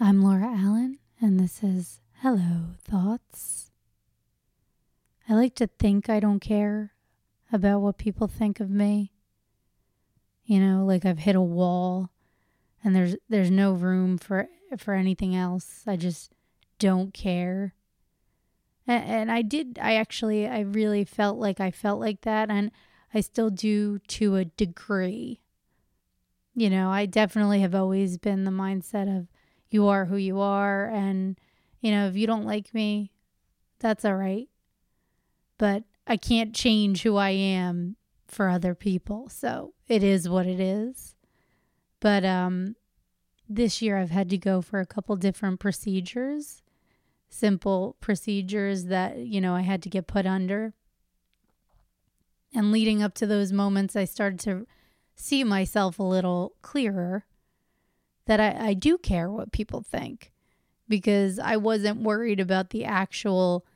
I'm Laura Allen, and this is Hello Thoughts. I like to think I don't care about what people think of me. You know, like I've hit a wall and there's there's no room for for anything else. I just don't care. And, and I did I actually I really felt like I felt like that and I still do to a degree. You know, I definitely have always been the mindset of you are who you are and you know if you don't like me that's all right but i can't change who i am for other people so it is what it is but um this year i've had to go for a couple different procedures simple procedures that you know i had to get put under and leading up to those moments i started to see myself a little clearer that I, I do care what people think because I wasn't worried about the actual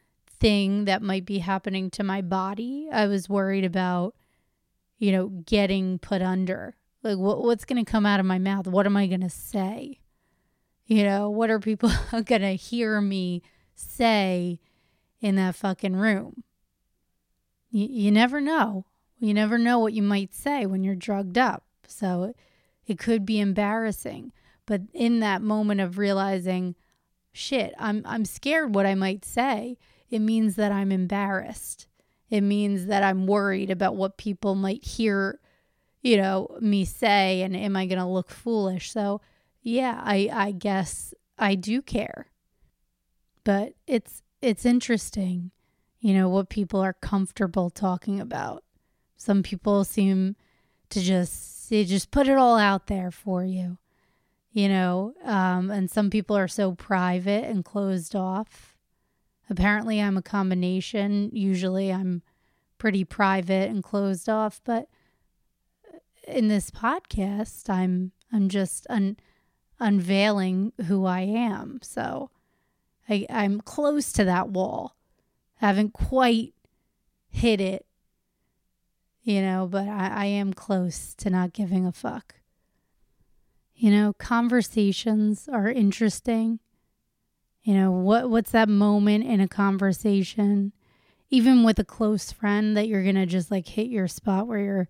thing that might be happening to my body. I was worried about, you know, getting put under. Like what what's gonna come out of my mouth? What am I gonna say? You know, what are people gonna hear me say in that fucking room? You, you never know. You never know what you might say when you're drugged up. So it could be embarrassing but in that moment of realizing shit i'm i'm scared what i might say it means that i'm embarrassed it means that i'm worried about what people might hear you know me say and am i going to look foolish so yeah i i guess i do care but it's it's interesting you know what people are comfortable talking about some people seem to just they just put it all out there for you you know um, and some people are so private and closed off apparently i'm a combination usually i'm pretty private and closed off but uh, in this podcast i'm i'm just un- unveiling who i am so I, i'm close to that wall I haven't quite hit it you know, but I, I, am close to not giving a fuck. You know, conversations are interesting. You know, what what's that moment in a conversation, even with a close friend that you're gonna just like hit your spot where you're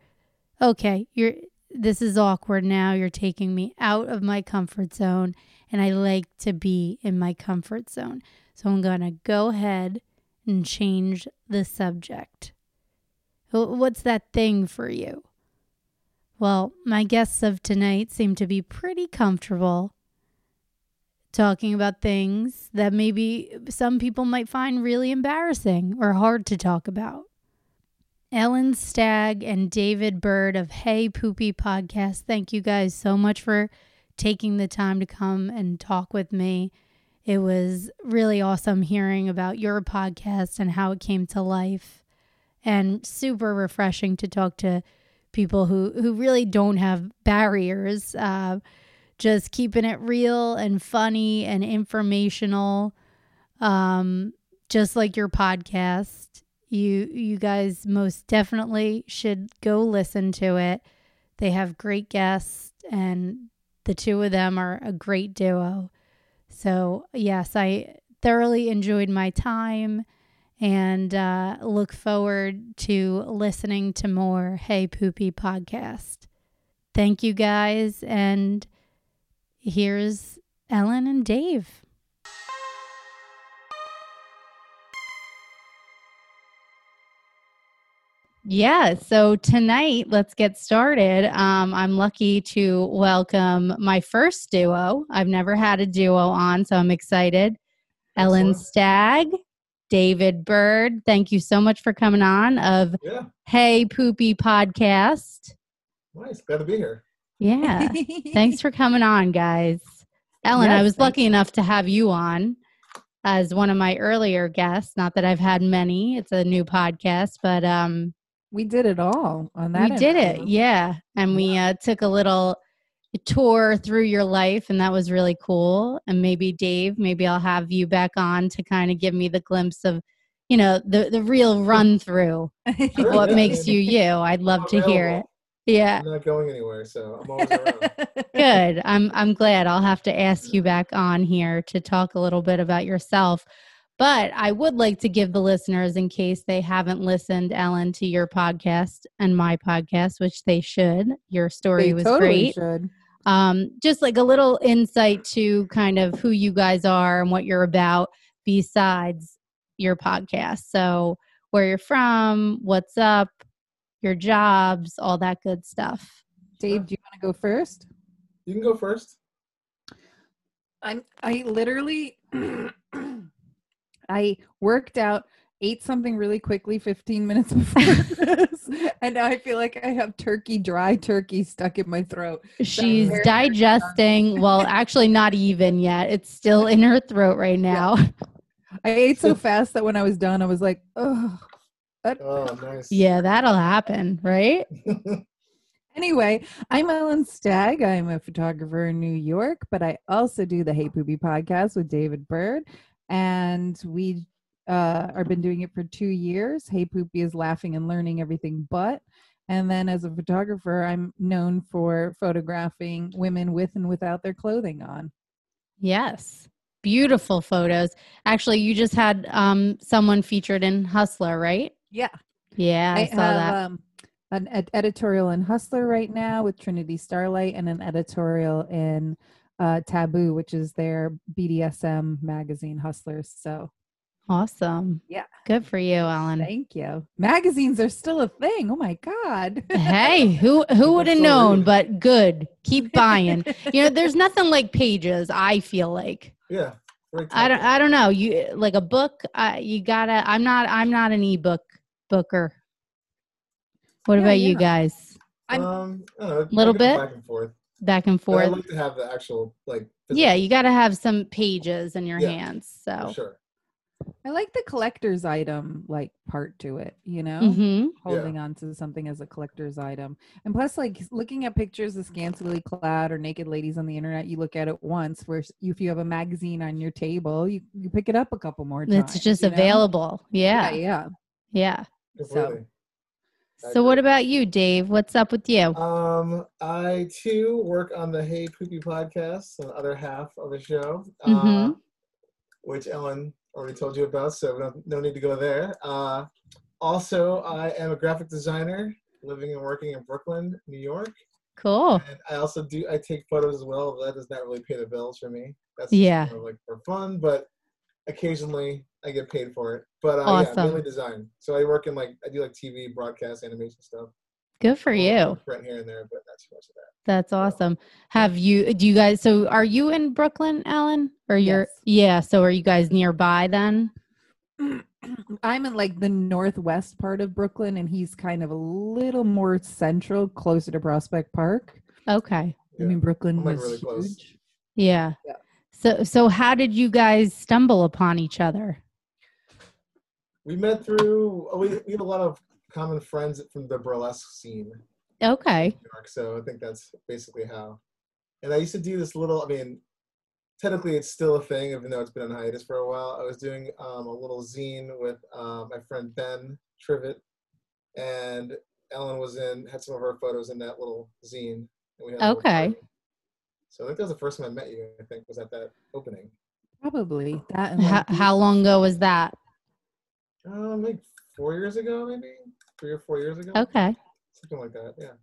okay, you're this is awkward now, you're taking me out of my comfort zone, and I like to be in my comfort zone. So I'm gonna go ahead and change the subject. What's that thing for you? Well, my guests of tonight seem to be pretty comfortable talking about things that maybe some people might find really embarrassing or hard to talk about. Ellen Stagg and David Bird of Hey Poopy Podcast, thank you guys so much for taking the time to come and talk with me. It was really awesome hearing about your podcast and how it came to life and super refreshing to talk to people who who really don't have barriers uh, just keeping it real and funny and informational um, just like your podcast you you guys most definitely should go listen to it they have great guests and the two of them are a great duo so yes i thoroughly enjoyed my time and uh, look forward to listening to more Hey Poopy podcast. Thank you guys. And here's Ellen and Dave. Yeah, so tonight, let's get started. Um, I'm lucky to welcome my first duo. I've never had a duo on, so I'm excited. Ellen Stagg David Bird. Thank you so much for coming on of Yeah, Hey Poopy Podcast. nice. Glad to be here. Yeah. Thanks for coming on, guys. Ellen, I Yes, was thank lucky enough to have you on as one of my earlier guests. Not that I've had many. It's a new podcast, but um we did it all on that. we did it. interview. Yeah. And we uh, took a little tour through your life and that was really cool. And maybe Dave, maybe I'll have you back on to kind of give me the glimpse of, you know, the the real run through. Sure, what yeah. makes you you. I'd love to hear it. Available. I'm Yeah. not going anywhere, so I'm always around. Good. I'm I'm glad I'll have to ask you back on here to talk a little bit about yourself. But I would like to give the listeners in case they haven't listened Ellen to your podcast and my podcast, which they should. Your story They was totally great. should. um, just like a little insight to kind of who you guys are and what you're about besides your podcast. So, where you're from, what's up, your jobs, all that good stuff. Dave, do you want to go first? You can go first. I'm I literally I worked out, ate something really quickly 15 minutes before this, and now I feel like I have turkey, dry turkey stuck in my throat. She's Very digesting, well, actually, not even yet. It's still in her throat right now. I ate so fast that when I was done, I was like, oh. Oh, nice. Yeah, that'll happen, right? Anyway, I'm Ellen Stagg. I'm a photographer in New York, but I also do the Hey Poopy podcast with David Bird. And we uh, are been doing it for two years. Hey Poopy is laughing and learning everything but. And then as a photographer, I'm known for photographing women with and without their clothing on. Yes. Beautiful photos. Actually, you just had um, someone featured in Hustler, right? Yeah. Yeah, I, I saw have that. Um, an ed- editorial in Hustler right now with Trinity Starlight, and an editorial in uh, Taboo, which is their BDSM magazine, Hustlers. So Awesome. Yeah. Good for you, Ellen. thank you. Magazines are still a thing. Oh my god! Hey, who who would have so known? rude. But good. Keep buying. you know, there's nothing like pages. I feel like Yeah. Great I don't. topic. I don't know. You like a book. Uh, you gotta. I'm not. I'm not an ebook booker. What Yeah, about you yeah. guys? I'm- um, I don't know, I Little could go bit? back and forth. Back and But I forth. like to have the actual like. Yeah, you gotta have some pages in your Yeah, hands. physical, So. for sure. I like the collector's item like part to it. You know, hmm holding on to something as a collector's item. And plus, like looking at pictures of scantily clad or naked ladies on the internet, you look at it once. Where if you have a magazine on your table, you, you pick it up a couple more times. It's just you know? available. Yeah, Yeah. yeah. yeah. Completely. I So what agree. about you, Dave? What's up with you? Um, I too work on the Hey Poopy podcast, the other half of the show, uh, Mhm. which Ellen already told you about, so no, no need to go there. Uh, also, I am a graphic designer living and working in Brooklyn, New York. Cool. And I also do I take photos as well. but That does not really pay the bills for me. That's just Yeah. kind of like for fun, but occasionally I get paid for it. But uh, yeah, Awesome. mainly design. So I work in like I do like TV, broadcast, animation stuff. Good for you. Print here and there, but not too much of that. That's awesome. Have you, do you guys, so are you in Brooklyn, Ellen? Or you're, Yes. yeah, so are you guys nearby then? I'm in like the northwest part of Brooklyn, and he's kind of a little more central, closer to Prospect Park. Okay. Yeah. I mean, Brooklyn I'm, like, was really close. huge. Yeah. Yeah. So, so how did you guys stumble upon each other? We met through. Oh, we we have a lot of common friends from the burlesque scene. Okay. New York. So I think that's basically how. And I used to do this little, I mean, technically it's still a thing, even though it's been on hiatus for a while. I was doing um, a little zine with um, my friend Ben Trivet, and Ellen was in, had some of her photos in that little zine. And we had a little Okay. party. So I think that was the first time I met you, I think, was at that opening. Probably that. And How, like, how long ago was that? Uh, like four years ago, maybe? Three or four years ago? Okay. Something like that, yeah.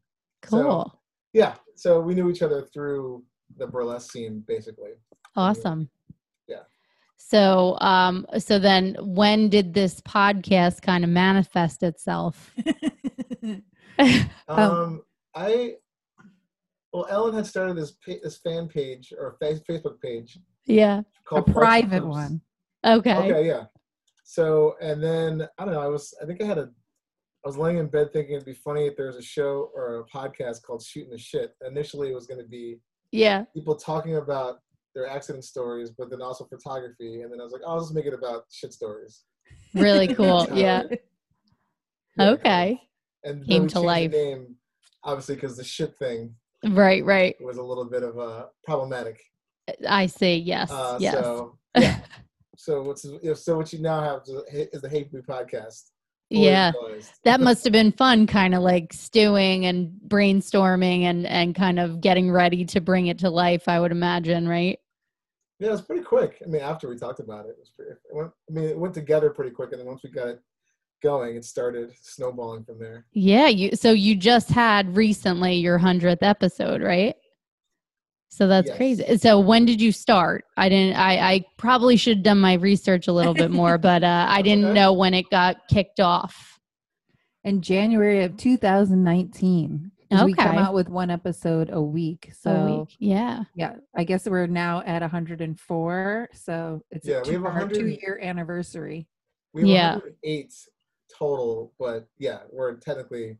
So- Cool. Yeah, so we knew each other through the burlesque scene, basically. Awesome. Yeah. So, um, so then when did this podcast kind of manifest itself? Oh. Um, I well, Ellen had started this pa- this fan page or fa- Facebook page yeah. a called Parts private Groups. one. Okay. Okay, yeah. So and then I don't know. I was I think I had a I was laying in bed thinking it'd be funny if there was a show or a podcast called Shooting the Shit. Initially, it was going to be Yeah. people talking about their accident stories, but then also photography. And then I was like, oh, I'll just make it about shit stories. Really That's cool. how Yeah. it- yeah, Okay. And then Came we to changed the life. name, obviously, because the shit thing Right. Right. was a little bit of uh, problematic. I see. Yes. Uh, yes. So yeah. so what's if- so what you now have is is the Hate Me podcast, fully Yeah. realized. That must have been fun, kind of like stewing and brainstorming and, and kind of getting ready to bring it to life, I would imagine, right? Yeah, it was pretty quick. I mean, after we talked about it, it was pretty. It went, I mean, it went together pretty quick, and then once we got it going, it started snowballing from there. Yeah, you so you just had recently your 100th episode, right? So that's Yes. crazy. So when did you start? I didn't I I probably should have done my research a little bit more, but uh I didn't Okay. know when it got kicked off. in January of 2019. 'cause We come Okay. out with one episode a week. So a week. Yeah. yeah, I guess we're now at 104. So it's Yeah, a we have two, our 100 two-year anniversary. We have Yeah. 108 total, but yeah, we're technically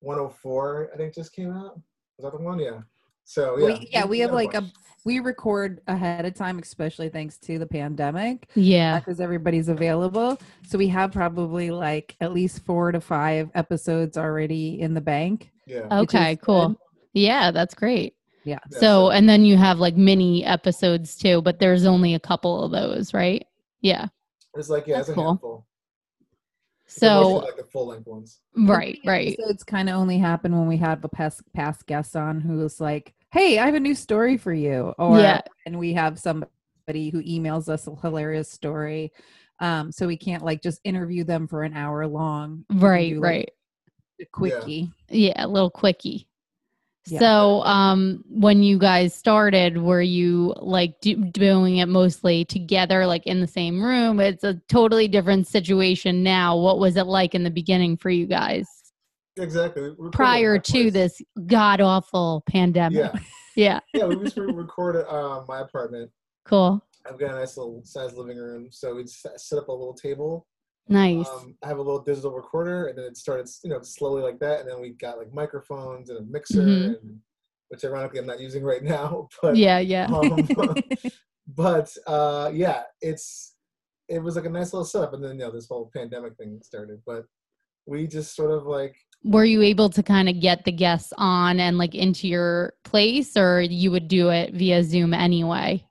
104. I think just came out. Was that the one? Yeah. So Oh, yeah, We, yeah, we have got like a bunch. we record ahead of time, especially thanks to the pandemic. Yeah. because everybody's available. So we have probably like at least four to five episodes already in the bank. yeah. which is Okay, cool. good. Yeah, that's great. yeah, So, uh, and then you have like mini episodes too, but there's only a couple of those, right? Yeah. it's like yeah, it's a that's cool. handful. They're mostly So, like the full length ones. right, right. Episodes kind of only happen when we have a past past guest on who's like, "Hey, I have a new story for you," or Yeah. and we have somebody who emails us a hilarious story. Um, so we can't like just interview them for an hour long. We can Right, do, like, right. a Quickie. Yeah, a little quickie. Yeah. So, um, when you guys started, were you like do, doing it mostly together, like in the same room? It's a totally different situation now. What was it like in the beginning for you guys Exactly. we- we recorded prior at my to place. this god awful pandemic? Yeah, Yeah. yeah. We just recorded uh, my apartment. Cool. I've got a nice little sized living room, so we just set up a little table. Nice. Um, I have a little digital recorder, and then it started, you know, slowly like that, and then we got like microphones and a mixer, Mhm. and, which ironically I'm not using right now, but yeah, yeah. um, but uh, yeah, it's it was like a nice little setup, and then you know this whole pandemic thing started. But we just sort of like Were you able to kind of get the guests on and like into your place or you would do it via Zoom anyway?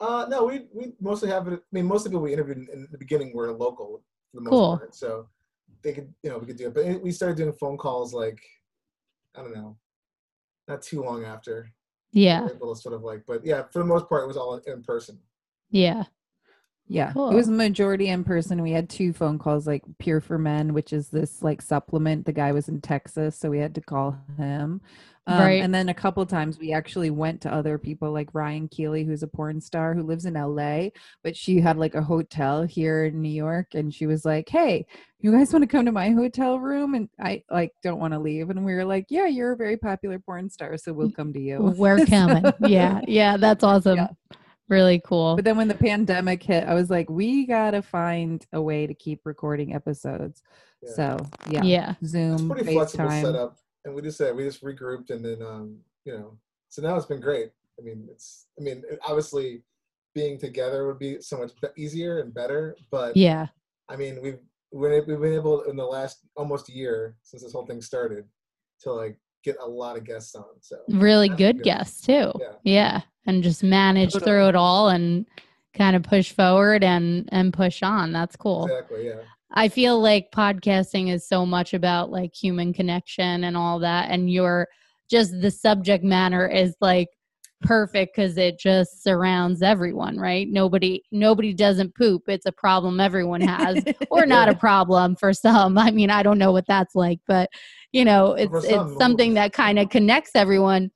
Uh, no, we we mostly have it. I mean, most of the people we interviewed in, in the beginning were local for the most Cool. part, so they could you know we could do it. But it, we started doing phone calls like I don't know, not too long after. We Yeah. were able to sort of like, but yeah, for the most part, it was all in, in person. Yeah. Yeah, Cool. it was majority in person. We had two phone calls, like Pure for Men, which is this like supplement. The guy was in Texas, so we had to call him. Um, Right. And then a couple times we actually went to other people, like Ryan Keeley, who's a porn star who lives in LA, but she had like a hotel here in New York, and she was like, "Hey, you guys want to come to my hotel room?" And I like don't want to leave, and we were like, "Yeah, you're a very popular porn star, so we'll come to you." We're coming. yeah. Yeah. That's awesome. Yeah. Really cool. But then when the pandemic hit, I was like, we gotta find a way to keep recording episodes. Yeah. So Yeah. yeah, Yeah. It's Zoom, pretty flexible FaceTime. setup, and we just said we just regrouped, and then um, you know, so now it's been great. I mean, it's I mean, obviously, being together would be so much be- easier and better, but I mean, we've we're, we've been able in the last almost year since this whole thing started to like get a lot of guests on. So Really That's good good. guests too. Yeah. And just manage Totally. through it all and kind of push forward and and push on. That's cool. exactly, yeah, I feel like podcasting is so much about like human connection and all that. And your just the subject matter is like perfect because it just surrounds everyone, right? Nobody, nobody doesn't poop. It's a problem everyone has, Oh, or not a problem for some. I mean, I don't know what that's like, but you know, it's For some, it's something that kind of connects everyone.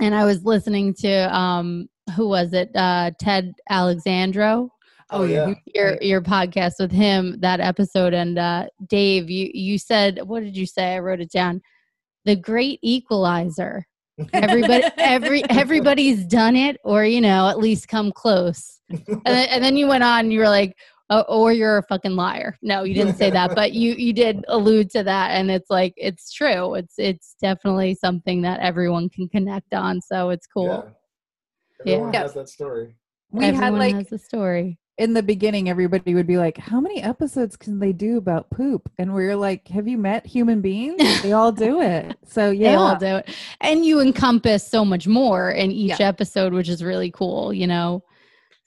And I was listening to um, who was it? Uh, Ted Alexandro Oh, yeah. you- your your podcast with him that episode and uh Dave you you said what did you say I wrote it down the great equalizer everybody every everybody's done it or you know at least come close and then, and then you went on and you were like oh, or you're a fucking liar no you didn't say that but you you did allude to that and it's like it's true it's it's definitely something that everyone can connect on so it's cool Yeah. Yeah. Everyone Yeah. has that story. We had everyone like has a story in the beginning, everybody would be like, "How many episodes can they do about poop?" And we are like, "Have you met human beings? They all do it." So yeah, They all do it. And you encompass so much more in each Yeah. episode, which is really cool, you know?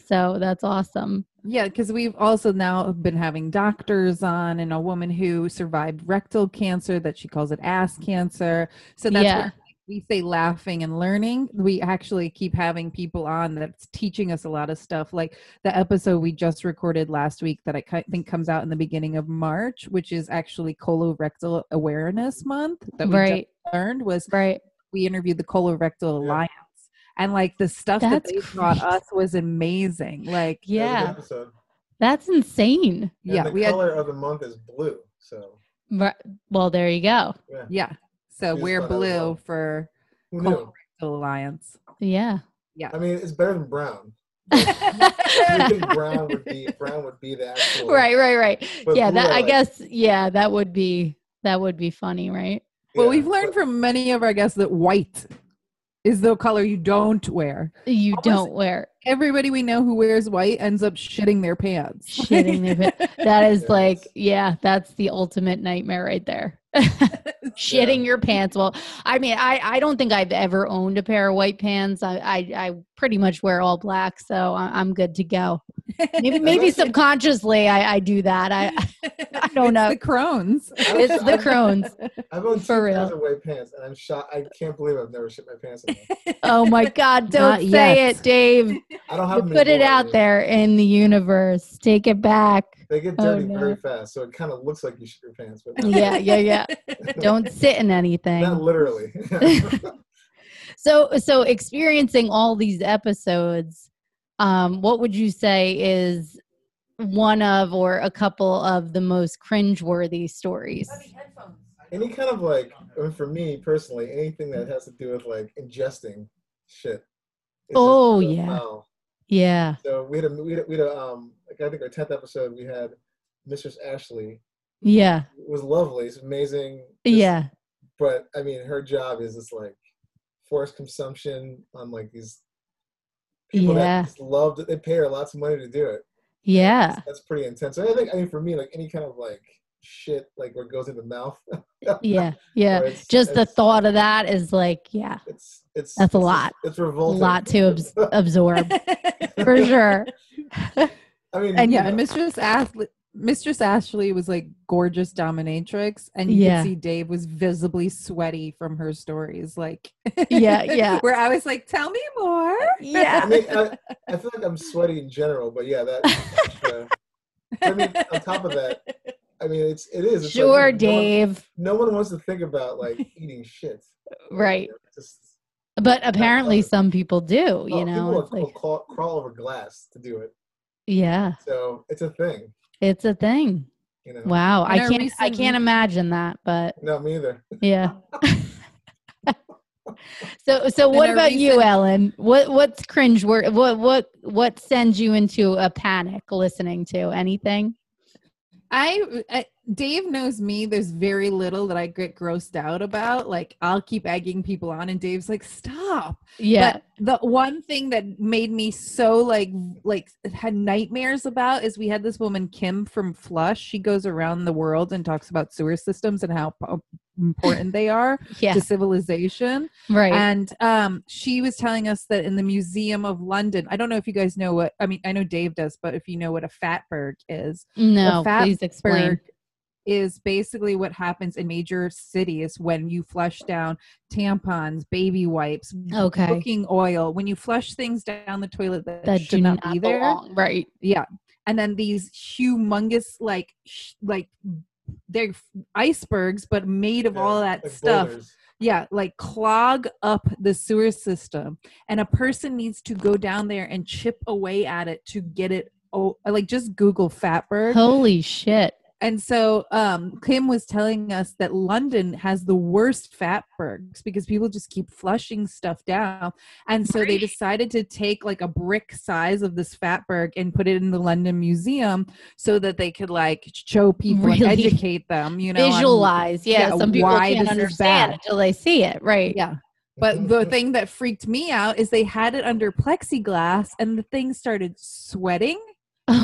So that's awesome. Yeah, because we've also now been having doctors on and a woman who survived rectal cancer that she calls it ass cancer. So that's Yeah. where we say laughing and learning. We actually keep having people on that's teaching us a lot of stuff. Like the episode we just recorded last week that I ki- think comes out in the beginning of March, which is actually colorectal awareness month that we right, just learned was right. we interviewed the colorectal Yeah. alliance. And like the stuff That's that they brought great. us was amazing. That was Like a good Yeah, episode. that's insane. And yeah, the we had color of the month is blue. So Right. Well, there you go. Yeah. So We just we're thought that was all. blue for who Cool. knew? the alliance. Yeah. I mean, it's better than brown. I think right, brown would be brown would be the actual right, right. But yeah, blue that I like. guess yeah, that would be that would be funny, right? Well, Yeah, we've learned but from many of our guests that white is the color you don't wear. You Almost- don't wear Everybody we know who wears white ends up shitting their pants. shitting their pants. That is Yes. like, yeah, that's the ultimate nightmare right there. Shitting your pants. Well, I mean, I, I don't think I've ever owned a pair of white pants. I, I, I pretty much wear all black, so I, I'm good to go. Maybe, maybe Unless- subconsciously I, I do that. I, I don't It's know. The Crohn's. I've- it's the I've- crones. I've owned two For real. pairs of white pants, and I'm shot. I can't believe I've never shit my pants. In them. Oh my God, Not don't say yet. it, Dave. I don't have You them put it anymore, out dude. there in the universe. Take it back. They get Oh, dirty no. very fast, so it kind of looks like you shit your pants, but not, Yeah, yeah, yeah. Don't sit in anything. not literally. so so experiencing all these episodes um what would you say is one of or a couple of the most cringeworthy stories any kind of like, I mean, for me personally, anything that has to do with like ingesting shit. is just Oh, so yeah. foul. yeah So we had a we had a, we had a um like I think our tenth episode we had Mistress Ashley yeah It was lovely. It's amazing. Just- yeah But I mean, her job is this like forced consumption on like these people Yeah. that just love that they pay her lots of money to do it. yeah That's pretty intense. I think I mean for me, like any kind of like shit like where it goes in the mouth. yeah yeah where it's- just the it's- thought of that is like yeah It's it's That's a it's- lot. It's a revolting. lot to abs- absorb for sure I mean, and you yeah, know, and Mistress Ashley, Mistress Ashley was like gorgeous dominatrix, and you Yeah. could see Dave was visibly sweaty from her stories. Like, Yeah, yeah. where I was like, "Tell me more." I yeah mean, I, I feel like I'm sweaty in general, but yeah, that. uh, I mean, on top of that, I mean, it's it is. It's like, sure no one- dave no one wants to think about like eating shit. Right. It's Just, but apparently some people do oh, you know people it's will, will like crawl, crawl over glass to do it. yeah So it's a thing, it's a thing you know. wow i In our can't i recent- can't imagine that but No, me either. Yeah. so so In what our about you, recent- Ellen? What what's cringe wor- what what what sends you into a panic listening to anything? I, I Dave knows me. There's very little that I get grossed out about. Like I'll keep egging people on, and Dave's like, "Stop." Yeah. But the one thing that made me so like like had nightmares about is we had this woman Kim from Flush. She goes around the world and talks about sewer systems and how po- important they are yeah. to civilization. right. And um, she was telling us that in the Museum of London, I don't know if you guys know what I mean. I know Dave does, but if you know what a fatberg is, no, fat please explain. iceberg is basically what happens in major cities when you flush down tampons, baby wipes, Okay. cooking oil, when you flush things down the toilet that, That should do not, not, be there. belong. Right. Yeah. And then these humongous like sh- like they're f- icebergs but made of Yeah, all that like stuff. boulders. Yeah, like clog up the sewer system, and a person needs to go down there and chip away at it to get it. Oh, like just Google fatberg Holy shit. and so um, Kim was telling us that London has the worst fatbergs because people just keep flushing stuff down. And so they Right. decided to take like a brick size of this fatberg and put it in the London Museum so that they could like show people and Really educate them, you know. on- Visualize. Yeah, yeah, Some people why can't this is understand bad. until they see it. Right. Yeah. But the thing that freaked me out is they had it under plexiglass and the thing started sweating,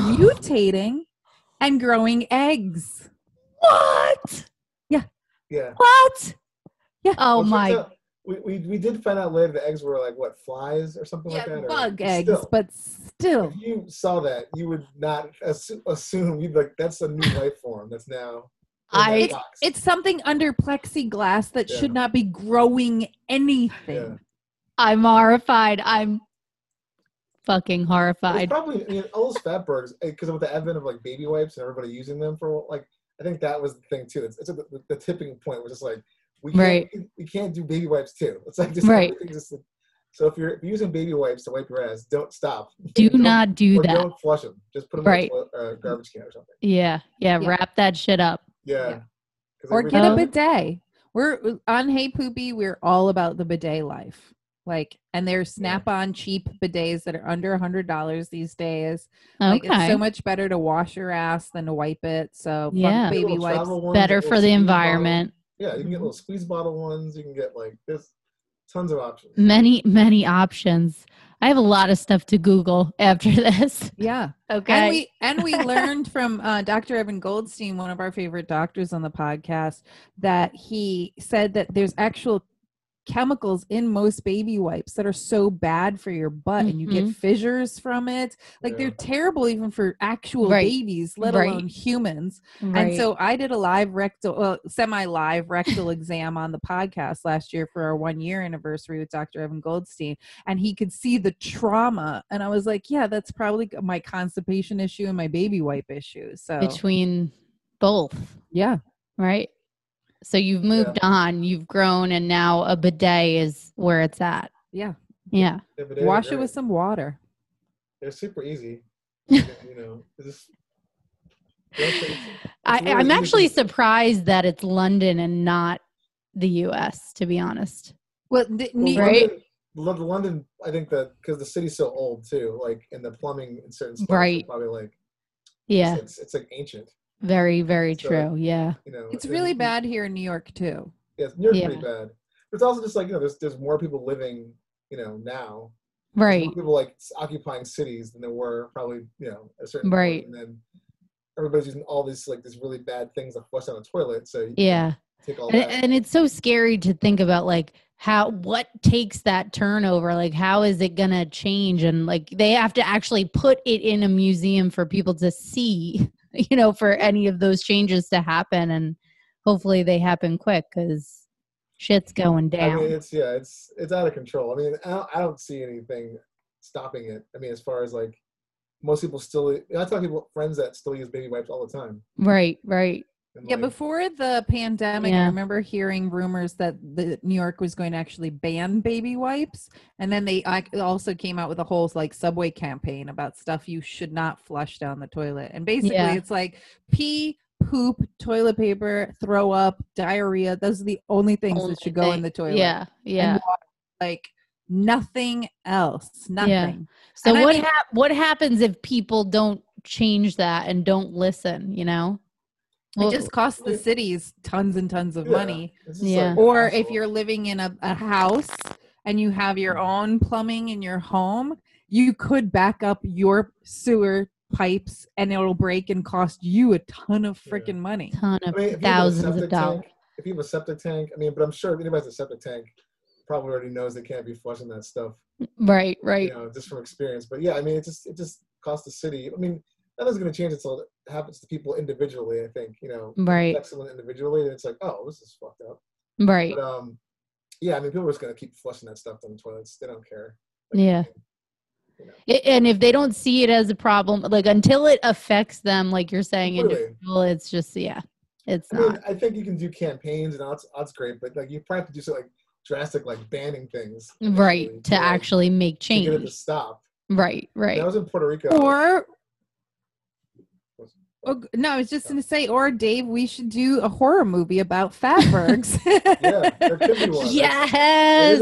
mutating, and growing eggs. what? Yeah. What? Yeah. Oh What's my up- we, we, we did find out later the eggs were like what flies or something like that. or- bug but eggs, still, but still. Oh. if you saw that, you would not as- assume you'd be like that's a new life form that's now. in that I- It's- box." It's something under plexiglass that Yeah. should not be growing anything. Yeah. I'm horrified. I'm fucking It's horrified. probably I mean, all those fat burgers because with the advent of like baby wipes and everybody using them for like I think that was the thing too. It's, it's at the, the tipping point was just like we can't, Right. we, can't do baby wipes too. It's like just Right. everything just. So if you're using baby wipes to wipe your ass, don't stop. Do Don't- not do or that. don't flush them. Just put them Right. in a toilet- uh, garbage can or something. Yeah, yeah, Yeah. Wrap that shit up. Yeah. Yeah. 'Cause Or every- get a Um, bidet. We're on Hey Poopy, we're all about the bidet life. Like, and there's Yeah. snap on cheap bidets that are under a $100 these days. Like, Okay. it's so much better to wash your ass than to wipe it. So, fuck Yeah. little baby wipes. travel ones, Better little for the squeeze bottle- environment. Yeah, you can get little squeeze bottle ones. You can get like there's tons of options. Many, many options. I have a lot of stuff to Google after this. Yeah. Okay. And we and we learned from uh, Dr. Evan Goldstein, one of our favorite doctors on the podcast, that he said that there's actual chemicals in most baby wipes that are so bad for your butt, and you Mm-hmm. get fissures from it. Like Yeah. they're terrible even for actual Right. babies, let Right. alone humans. right. And so I did a live rectal, well, semi live rectal exam on the podcast last year for our one year anniversary with Dr. Evan Goldstein. And he could see the trauma. And I was like, yeah, that's probably my constipation issue and my baby wipe issue. So, between both, yeah. right? So you've moved on, you've grown, and now a bidet is where it's at. Yeah. Yeah. Yeah, but they're Wash it great. with some water. They're super easy. you know, it's just, they're pretty easy. I, really I'm easy actually to- surprised that it's London and not the US, to be honest. Well, the, Well, New- Right. London, Lon- London, I think that because the city's so old too, like in the plumbing in certain spots, are Right. probably like Yeah. it's, it's like ancient, Very, very So- true. Yeah. you know. it's and- really bad here in New York, too. Yeah, it's near Yeah. pretty bad. But it's also just like you know, there's there's more people living, you know, now. There's Right. more people like s- occupying cities than there were probably, you know, at a certain point. Right. And then everybody's using all these like these really bad things to flush down the toilet. So you Yeah. take all And, that. and it's so scary to think about like how what takes that turnover? Like how is it gonna change? And like they have to actually put it in a museum for people to see, you know, for any of those changes to happen. And hopefully they happen quick because shit's going I down. mean, it's yeah, it's it's out of control. I mean, I don't, I don't see anything stopping it. I mean, as far as like most people still, I tell people friends that still use baby wipes all the time. right, right. And, Yeah, like, before the pandemic, Yeah. I remember hearing rumors that the New York was going to actually ban baby wipes, and then they ac- also came out with a whole like subway campaign about stuff you should not flush down the toilet. And basically, Yeah. it's like pee, poop, toilet paper, throw up, diarrhea. Those are the only things Only that should go in thing- the toilet. Yeah, yeah. and water, like nothing else. Nothing. So And I what mean- hap- what happens if people don't change that and don't listen? You know, It just costs the cities tons and tons of Yeah. money. it's just, like, Yeah. or if awful. you're living in a, a house and you have your own plumbing in your home you could back up your sewer pipes and it'll break and cost you a ton of Yeah. freaking money ton I of mean, if you have a thousands of septic dollars. Tank, if you have a septic tank, I mean, but I'm sure if anybody has a septic tank, probably already knows they can't be flushing that stuff, Right, right. you know, just from experience. But yeah, I mean, it just it just costs the city. I mean, nothing's going to change until it happens to people individually. I think you know, Right, affects someone individually, then it's like, oh, this is fucked up. right. But um, yeah, I mean, people are just gonna keep flushing that stuff down the toilets. They don't care. Yeah. I- and if they don't see it as a problem, like until it affects them, like you're saying, Completely. individual, it's just yeah, it's I mean, not. I think you can do campaigns and that's that's great, but like you probably have to do something like drastic, like banning things. Right to like, actually make to get it to change. stop. Right, That right. was in Puerto Rico. or oh, g- no i was just going to say or dave we should do a horror movie about fatbergs yeah, there could be one. That's- It is a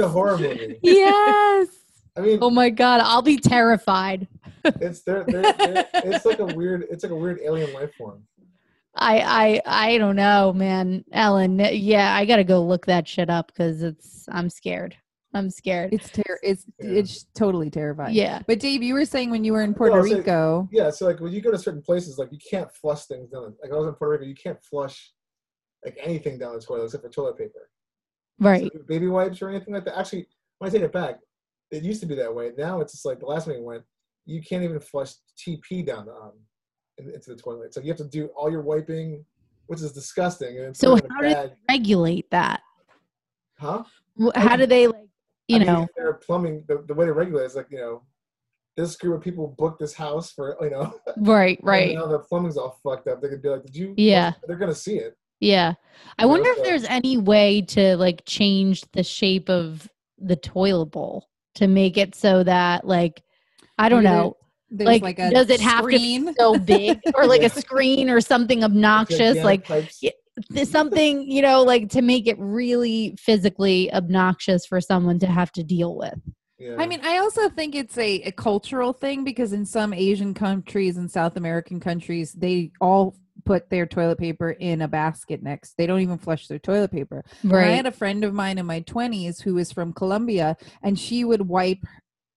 Yes, horror movie. yes. I mean, Oh my god, I'll be terrified. it's there. It's like a weird. It's like a weird alien life form. I I I don't know, man, Ellen. Yeah, I gotta go look that shit up because it's I'm scared. I'm scared. it's ter- it's Yeah. it's totally terrifying Yeah, but dave you were saying when you were in I puerto was saying- rico Yeah, so like when you go to certain places, like you can't flush things down. the- Like I was in Puerto Rico, you can't flush like anything down the toilet except for toilet paper. Right. baby wipes or anything like that. Actually, when I take it back, it used to be that way. Now it's just like the last meeting went, you can't even flush TP down the, um, in- into the toilet. So you have to do all your wiping, which is disgusting. And it's So put in a how did- bag. Regulate that. huh? Wh- How do they like, you I mean, know? if they're plumbing. The, the way to regulate is like you know, this group of people booked this house for you know, right, right. and now the plumbing's all fucked up. They could be like, did you? Yeah. They're gonna see it. Yeah. I You know, wonder if so- there's any way to like change the shape of the toilet bowl to make it so that like I don't Maybe know. There's Like, like, a does it have screen. to be so big or like Yeah. a screen or something obnoxious Gigantic like pipes. yeah. th- something, you know, like to make it really physically obnoxious for someone to have to deal with. Yeah. I mean, I also think it's a, a cultural thing because in some Asian countries and South American countries, they all put their toilet paper in a basket next. They don't even flush their toilet paper. And I had a friend of mine in my 20s who was from Colombia and she would wipe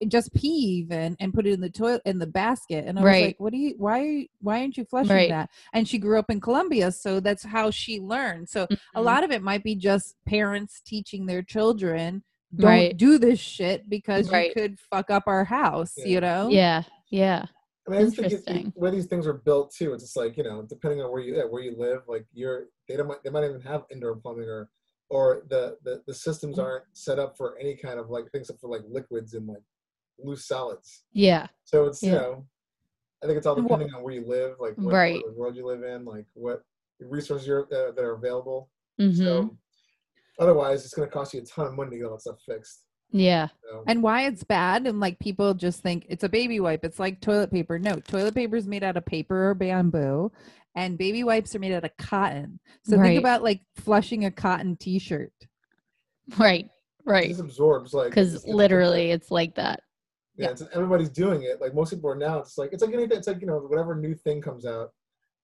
just pee even and put it in the toilet in the basket and i was Right. like what do you why are you, why aren't you flushing Right. that and she grew up in colombia so that's how she learned so a Mhm. lot of it might be just parents teaching their children don't Right. do this shit because Right. you could fuck up our house Yeah. you know Yeah. Yeah. I mean, I just think it- Interesting. it- where these things are built too, it's just like you know, depending on where you at, where you live, like you're they don't might- they might even have indoor plumbing or or the, the the systems Mm-hmm. aren't set up for any kind of like things except for like liquids and like loose solids. Yeah. So it's you Yeah. know, I think it's all And what- depending on where you live, like what part Right. of the world you live in, like what resources you're, uh, that are available. Mhm. So otherwise, it's going to cost you a ton of money to get all that stuff fixed. yeah. So, and why it's bad and like people just think it's a baby wipe it's like toilet paper no toilet paper is made out of paper or bamboo and baby wipes are made out of cotton so Right. think about like flushing a cotton t-shirt Right. it Right. just absorbs like Cuz it's- literally it's like that. yeah, Yeah. It's, everybody's doing it. Like most people are now. It's like it's like anything. It's like you know whatever new thing comes out.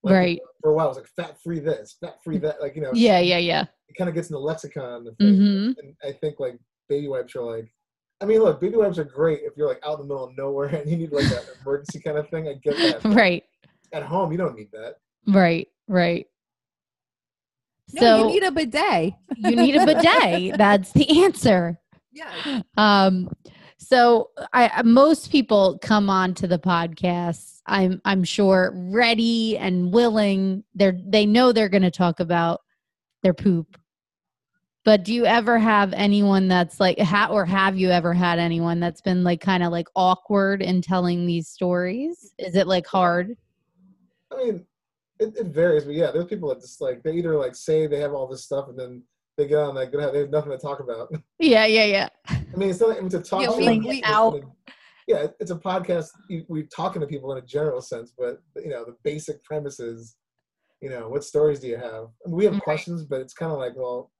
Like, Right. Mm-hmm. For a while, it was like fat free this, fat free that. Like you know. Yeah, yeah, yeah. It kind of gets in the lexicon. Of things. Mhm. And I think like baby wipes are like. I mean, look, baby wipes are great if you're like out in the middle of nowhere and you need like that emergency kind of thing. I get that. But Right. At home, you don't need that. Right, right. no so you need a bidet you need a bidet. That's the answer. yeah Um, so I I- most people come on to the podcast. I'm I'm sure ready and willing. They're they know they're going to talk about their poop. But do you ever have anyone that's like ha- or have you ever had anyone that's been like kind of like awkward in telling these stories? Is it like hard? I mean, it, it varies, but yeah, there's people that just like they either like say they have all this stuff and then they go on like they have- they have nothing to talk about. Yeah, yeah, yeah. I mean, it's not like I mean, to talk Yeah, to we- them, we- it's gonna- yeah, it- it's a podcast. you- We're talking to people in a general sense, but you know, the basic premise is, you know, what stories do you have? I mean, we have Right. questions, but it's kind of like, well,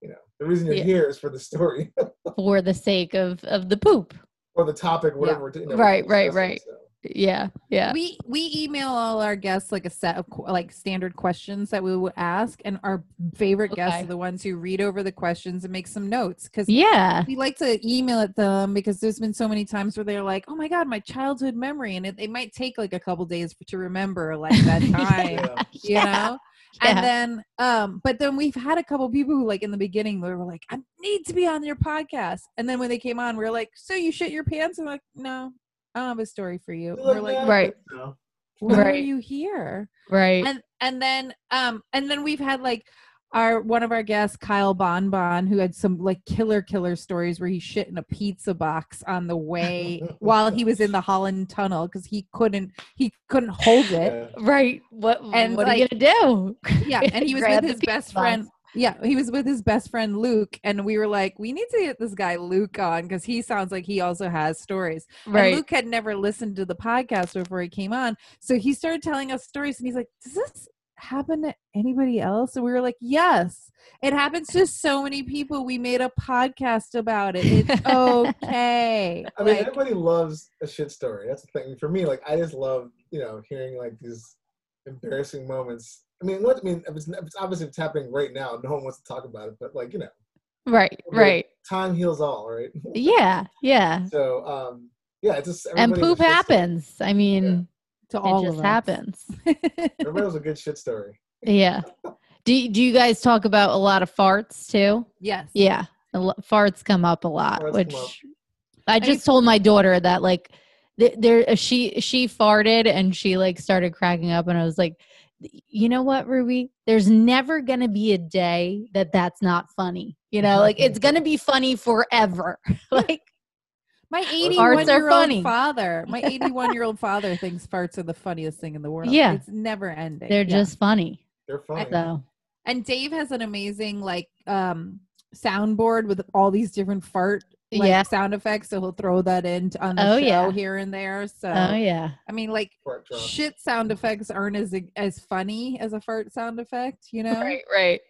you know, the reason you're Yeah. here is for the story For the sake of of the poop. or the topic, whatever. we're doing- you know, Right, we're right, discussing, right. so. Yeah, yeah. we we email all our guests like a set of qu- like standard questions that we would ask and our favorite guests Okay. are the ones who read over the questions and make some notes because Yeah. we like to email at them because there's been so many times where they're like, "Oh my god, my childhood memory," and it, it might take like a couple days to remember like that time, Yeah. you know. And then, um, but then we've had a couple people who like in the beginning they were like, "I need to be on your podcast," and then when they came on, we are like, "So you shit your pants?" And like, "No, I don't have a story for you." And we're like, "Nah, Right. no." "Why are Right. you here?" right. and and then um and then we've had like our one of our guests Kyle Bonbon who had some like killer killer stories where he shit in a pizza box on the way while he was in the Holland tunnel cuz he couldn't he couldn't hold it Yeah. right. What and, what are you gonna do? yeah and he was Grab with the his pizza best box. friend yeah he was with his best friend Luke and we were like we need to get this guy Luke on cuz he sounds like he also has stories and Right. Luke had never listened to the podcast before he came on. So he started telling us stories and he's like, Does this happen to anybody else? And we were like, Yes, it happens to so many people. We made a podcast about it. It's okay. I mean, Like, everybody loves a shit story. That's the thing for me. Like, I just love you know hearing like these embarrassing moments. I mean, what I mean, if it's, if it's obviously if it's happening right now, no one wants to talk about it. But like you know, Right. Right. time heals all, right? Yeah. Yeah. So, um, yeah, it's just And everybody has a poop shit story. happens. I mean, to it all just of us. happens. Everybody was a good shit story. Yeah. Do, do you guys talk about a lot of farts too? Yes. Yeah, a lo- farts come up a lot, Farts come which up. I just told my daughter that like th- there she she farted and she like started cracking up, and I was like, you know what, Ruby? There's never gonna be a day that that's not funny. You know, like it's gonna be funny forever. like My are 81 year funny. old father, my 81 year old father thinks farts are the funniest thing in the world. Yeah. It's never ending. they're Yeah. just funny. They're funny. So And Dave has an amazing like um soundboard with all these different fart like yeah, sound effects. So he'll throw that in t- on the Oh, show yeah. here and there. So oh yeah. I mean, like Fart drop. shit sound effects aren't as e, as funny as a fart sound effect. You know? Right, right.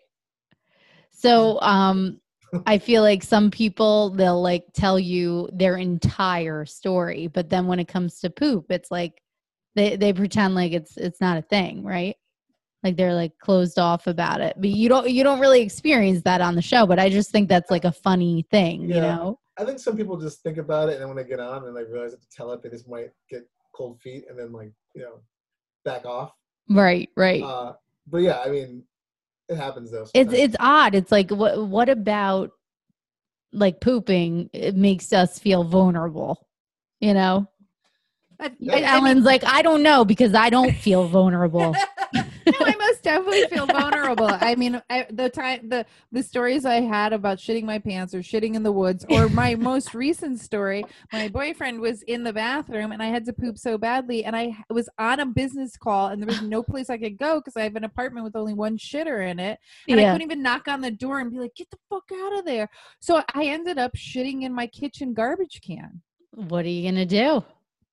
So, um, I feel like some people they'll like tell you their entire story, but then when it comes to poop, it's like they they pretend like it's it's not a thing, right? Like they're like closed off about it. But you don't you don't really experience that on the show, but I just think that's like a funny thing, you Yeah. know? I think some people just think about it, and then when they get on and they realize it's to tell it, they just might get cold feet and then like you know back off. Right, right. Uh, but yeah, I mean, it happens though. it's sometimes. it's odd. It's like what what about like pooping it makes us feel vulnerable, you know? I- Yeah. I- And I mean- Ellen's like, I don't know because I don't feel vulnerable. no, I most definitely feel vulnerable. I mean, I, the time the the stories I had about shitting my pants or shitting in the woods, or my most recent story, my boyfriend was in the bathroom and I had to poop so badly, and I h- was on a business call and there was no place I could go because I have an apartment with only one shitter in it, and I yeah. couldn't even knock on the door and be like, "Get the fuck out of there!" So I ended up shitting in my kitchen garbage can What are you gonna do?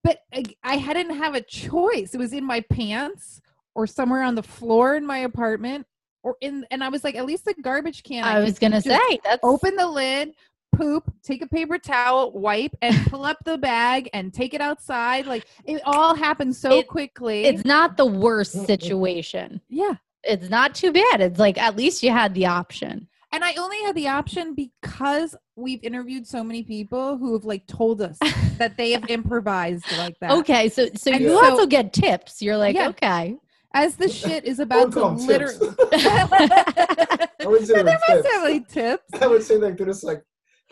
but I, I hadn't have a choice. It was in my pants or somewhere on the floor in my apartment or in and I was like, at least the garbage can. I could was gonna just say that's open the lid, poop, take a paper towel, wipe, and pull up the bag and take it outside. Like it all happened so It- quickly. It's not the worst situation. yeah. It's not too bad. It's like at least you had the option. And I only had the option because we've interviewed so many people who have like told us that they have improvised like that. Okay, so so And you so- also get tips. You're like, Yeah. okay. As the shit is I would about to call them tips. literally I would say they're That's tips. not really tips. I would say like they're just like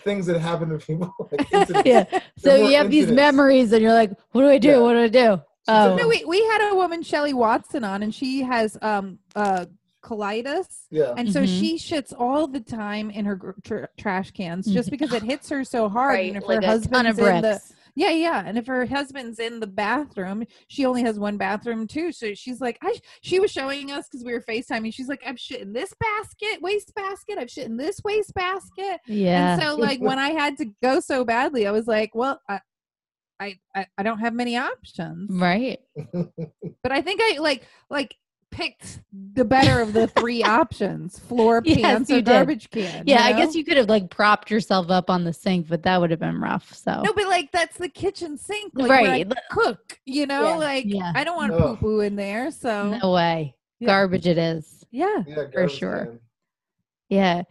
things that happen to people. Like, incidents. yeah. So They're more you have these incidents. memories and you're like, what do I do? Yeah. What do I do? So Oh. No, we, we had a woman, Shelly Watson, on, and she has um uh colitis. Yeah. And so Mhm. she shits all the time in her gr- tr- trash cans just because it hits her so hard. And if her Mm-hmm. a ton husband's of in the bricks. yeah yeah, and if her husband's in the bathroom, she only has one bathroom too. So she's like, I sh- she was showing us because we were Facetiming. She's like, I'm shitting this basket waste basket. I'm shitting this waste basket. yeah. And so like when I had to go so badly, I was like, well, I I I- I don't have many options. right. But I think I like like picked the better of the three options: floor Yes, pants you or did. garbage can. Yeah, I guess you could have like propped yourself up on the sink, but that would have been rough. So No, but like that's the kitchen sink, like, where I right. cook, you know, Yeah. like Yeah. I don't want Ugh. poo poo in there. So No way. Yeah. Garbage it is. yeah, yeah, garbage sure. can. Yeah.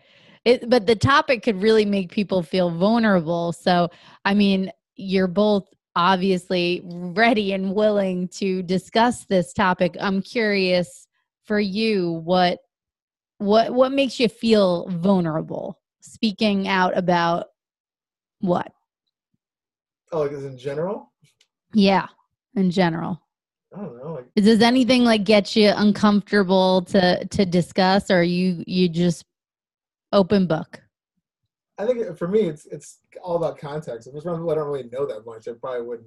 It, but the topic could really make people feel vulnerable. So, I mean, you're both obviously ready and willing to discuss this topic. I'm curious for you what what what makes you feel vulnerable speaking out about what? Oh, like is in general? Yeah, in general. I don't know. Like does anything like get you uncomfortable to to discuss or you you just open book I think it- for me, it's it's all about context. If there's one people I don't really know that much, I probably wouldn't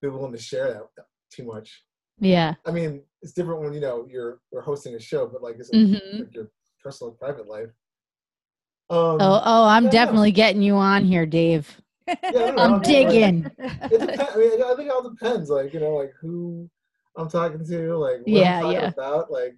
be willing to share that too much. yeah I mean, it's different when you know you're we're hosting a show, but like it's Mhm. like your personal and private life. Um, oh oh i'm Yeah. definitely getting you on here dave yeah, I don't i'm know, I mean, like, digging it depends. I mean, I think it all depends. Like you know, like who I'm talking to, like what Yeah, I'm talking yeah. about. Like,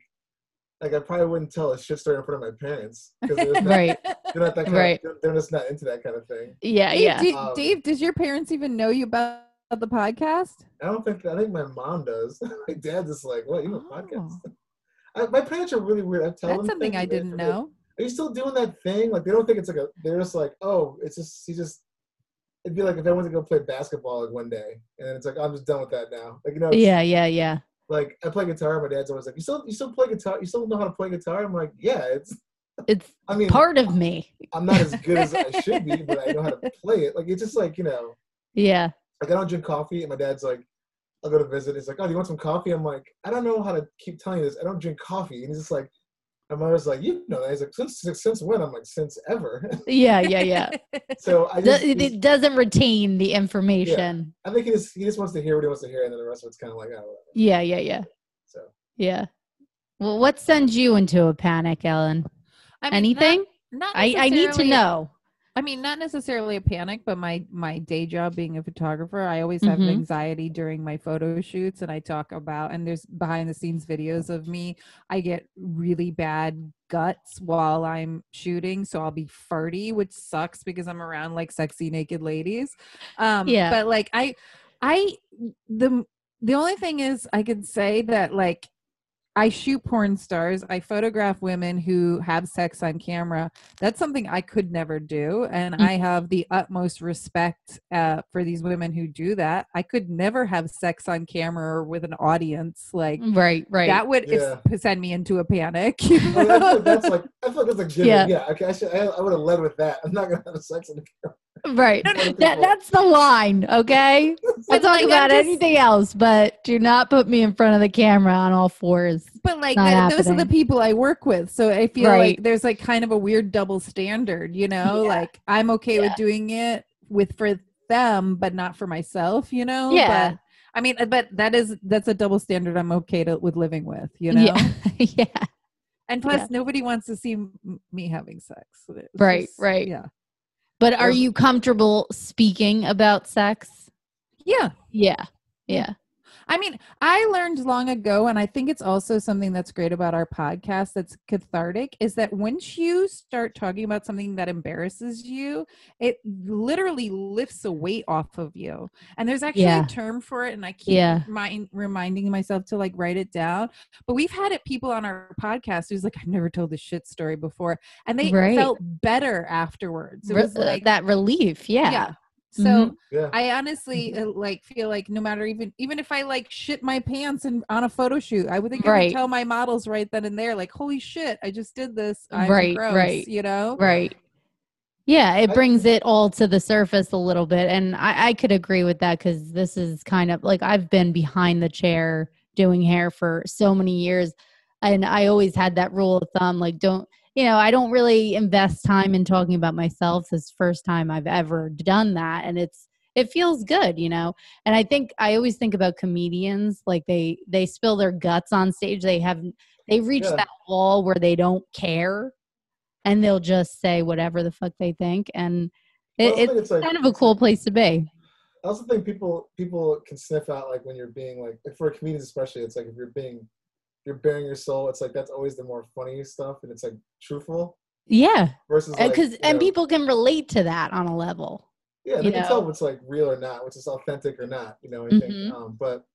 like I probably wouldn't tell a shit story in front of my parents because they're, just not- right they're not that kind Right. of, they're- they're just not into that kind of thing. yeah Dave, yeah do- Um, Dave, does your parents even know you about the podcast? I don't think I think my mom does. my dad's just like, what? You have a podcast? I, Oh, my parents are really weird. I tell that's them something things, I and they didn't forget. know. Are you still doing that thing? Like they don't think it's like a. They're just like, oh, it's just he just. It'd be like if I went to go play basketball like one day, and then it's like I'm just done with that now. Like you know, it's- yeah yeah yeah like I play guitar. My dad's always like, "You still you still play guitar? You still know how to play guitar?" I'm like, "Yeah, it's." It's I mean, part of me. I'm not as good as I should be, but I know how to play it. Like it's just like you know, Yeah. like I don't drink coffee, and my dad's like, "I'll go to visit." He's like, "Oh, do you want some coffee?" I'm like, "I don't know how to keep telling you this. I don't drink coffee." And he's just like, "I'm always like, you know that." He's like, "Since since when?" I'm like, "Since ever." Yeah. Yeah. Yeah. so I Do- just, it, he's- doesn't retain the information. I think he just he just wants to hear what he wants to hear, and then the rest of it's kind of like, oh, whatever. Yeah. Yeah. Yeah. So Yeah. Well, what sends you into a panic, Ellen? I mean, Anything? Not, not I, I need to necessarily- know. I mean, not necessarily a panic, but my my day job being a photographer, I always have Mhm. anxiety during my photo shoots, and I talk about and there's behind the scenes videos of me. I get really bad guts while I'm shooting, so I'll be farty, which sucks because I'm around like sexy naked ladies. Um, Yeah. but like I, I the the only thing is I could say that like I shoot porn stars. I photograph women who have sex on camera. That's something I could never do. And I have the utmost respect uh, for these women who do that. I could never have sex on camera or with an audience. Like, Right. Mm, Right. that would Yeah. s- send me into a panic. I, mean, I feel like that's like I feel like that's like given. Yeah. yeah. okay, I should I, I would have led with that. I'm not gonna have sex. In right. no, no. That, that's the line. Okay. We'll But, talk like, I'm about just- anything else, but do not put me in front of the camera on all fours. but like Not th- those are the happening. people I work with. So I feel Right. like there's like kind of a weird double standard, you know? Yeah. Like I'm okay Yeah. with doing it with for them, but not for myself, you know? Yeah. But, I mean, uh, but that is that's a double standard I'm okay to, with living with, you know. Yeah. yeah. And plus, nobody wants to see m- me having sex. It's Right, right. Yeah, But are Or- you comfortable speaking about sex? yeah. Yeah. Yeah. I mean, I learned long ago, and I think it's also something that's great about our podcast that's cathartic is that once you start talking about something that embarrasses you, it literally lifts a weight off of you. And there's actually Yeah. a term for it, and I keep Yeah. mind, reminding myself to like write it down. But we've had it people on our podcast who's like, I've never told this shit story before. And they Right. felt better afterwards. It Re- was uh, like, that relief. Yeah. So, Mhm. Yeah, I honestly uh, like feel like no matter even even if I like shit my pants and on a photo shoot, I would think I Right. would tell my models right then and there, like, holy shit, I just did this. I'm Right, gross, right. You know? Right. Yeah, it I- brings it all to the surface a little bit. And I, I could agree with that because this is kind of like I've been behind the chair doing hair for so many years. And I always had that rule of thumb like, don't, you know, I don't really invest time in talking about myself. This is the first time I've ever done that. And it's, it feels good, you know. And I think I always think about comedians like they they spill their guts on stage. They have they reach Yeah. that wall where they don't care and they'll just say whatever the fuck they think and Well, I it, think it's like kind of a cool place to be I also think people people can sniff out like when you're being like for comedians especially, it's like if you're being you're bearing your soul, it's like that's always the more funny stuff, and it's like truthful yeah versus like because you Uh, and know- people can relate to that on a level yeah, they you can know. tell what's like real or not, which is authentic or not, you know. I think, Mhm. um, but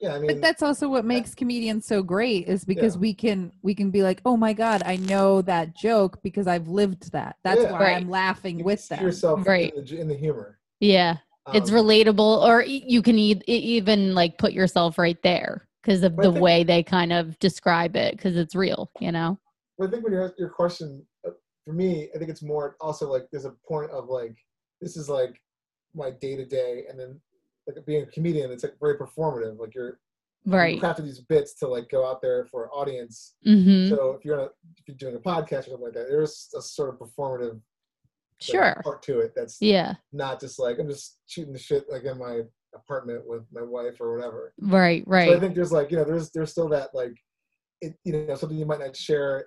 yeah, I mean, But that's also what makes comedians so great is because we can we can be like, oh my god, I know that joke because I've lived that. That's Yeah. why Right. I'm laughing you with see them. yourself Right. in, the, in the humor. yeah it's Um, relatable or e- you can e- e- even like put yourself right there because of But I the think- way they kind of describe it because it's real you know But I think when you ask your question, uh, for me, I think it's more also like there's a point of like this is like my day to day, and then like being a comedian, it's like very performative. Like you're you right crafted these bits to like go out there for an audience. mm-hmm So if you're on a, if you're doing a podcast or something like that, there's a sort of performative like, sure part to it that's yeah not just like I'm just shooting the shit like in my apartment with my wife or whatever. right right So I think there's like you know there's there's still that like it you know something you might not share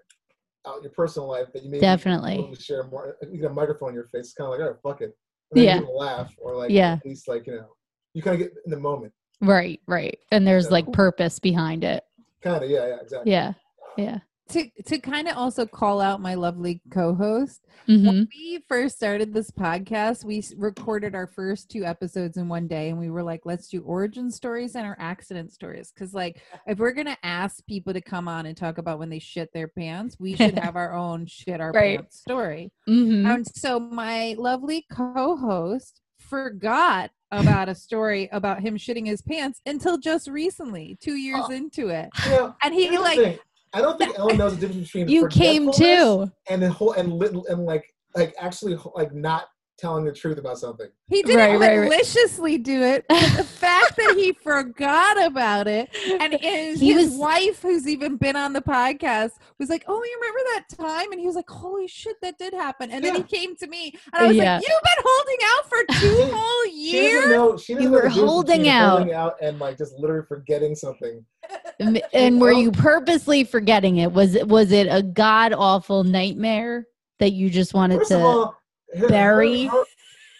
out in your personal life that you may be Definitely. willing to share more. You get a microphone in your face, it's kind of like oh fuck it, and then Yeah. you can laugh or like Yeah. at least like you know you kind of get in the moment, right right and there's So- like purpose behind it kind of yeah yeah exactly yeah yeah to to kind of also call out my lovely co-host, hmm When we first started this podcast, we s- recorded our first two episodes in one day, and we were like, let's do origin stories and our accident stories. Because, like, if we're going to ask people to come on and talk about when they shit their pants, we should have our own shit our Right. pants story. Um, hmm And so, my lovely co host forgot about a story about him shitting his pants until just recently, two years Oh. into it. You know, And he here's the like thing. I don't think Ellen knows the difference between You came forgetfulness too. and the whole and lit- and like like actually like not telling the truth about something. he didn't Right, right, right. maliciously do it. But the fact that he forgot about it and his, He his was- wife, who's even been on the podcast, was like, "Oh, you remember that time?" And he was like, "Holy shit, that did happen!" And Yeah. then he came to me, and I was Yeah. like, "You've been holding out for two Yeah. whole She doesn't years." know. She doesn't You know the were difference holding between out. holding out, and like just literally forgetting something. M- And were you purposely forgetting it? Was it was it a god awful nightmare that you just wanted First to? of all, her- Barry. her-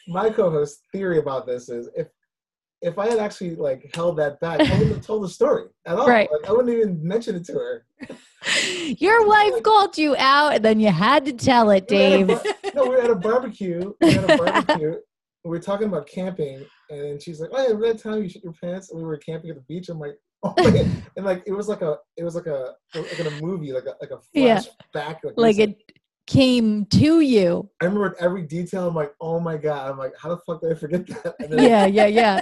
my co-host theory about this is if if I had actually like held that back, I wouldn't have told the story at all. Right. Like, I wouldn't even mention it to her. Your wife called you out, and then you had to tell it, We were at a Dave. bar- no, we were at a barbecue. We were at a barbecue. we were talking about camping, and then she's like, "Oh, yeah, remember that time you shit your pants?" And we were camping at the beach. I'm like, "Oh my God." And like it was like a it was like a like in a movie, like a like a Yeah. flashback. Like, Like it, it came to you. I remember every detail. I'm like, "Oh my god!" I'm like, "How the fuck did I forget that?" And then Yeah, yeah, yeah.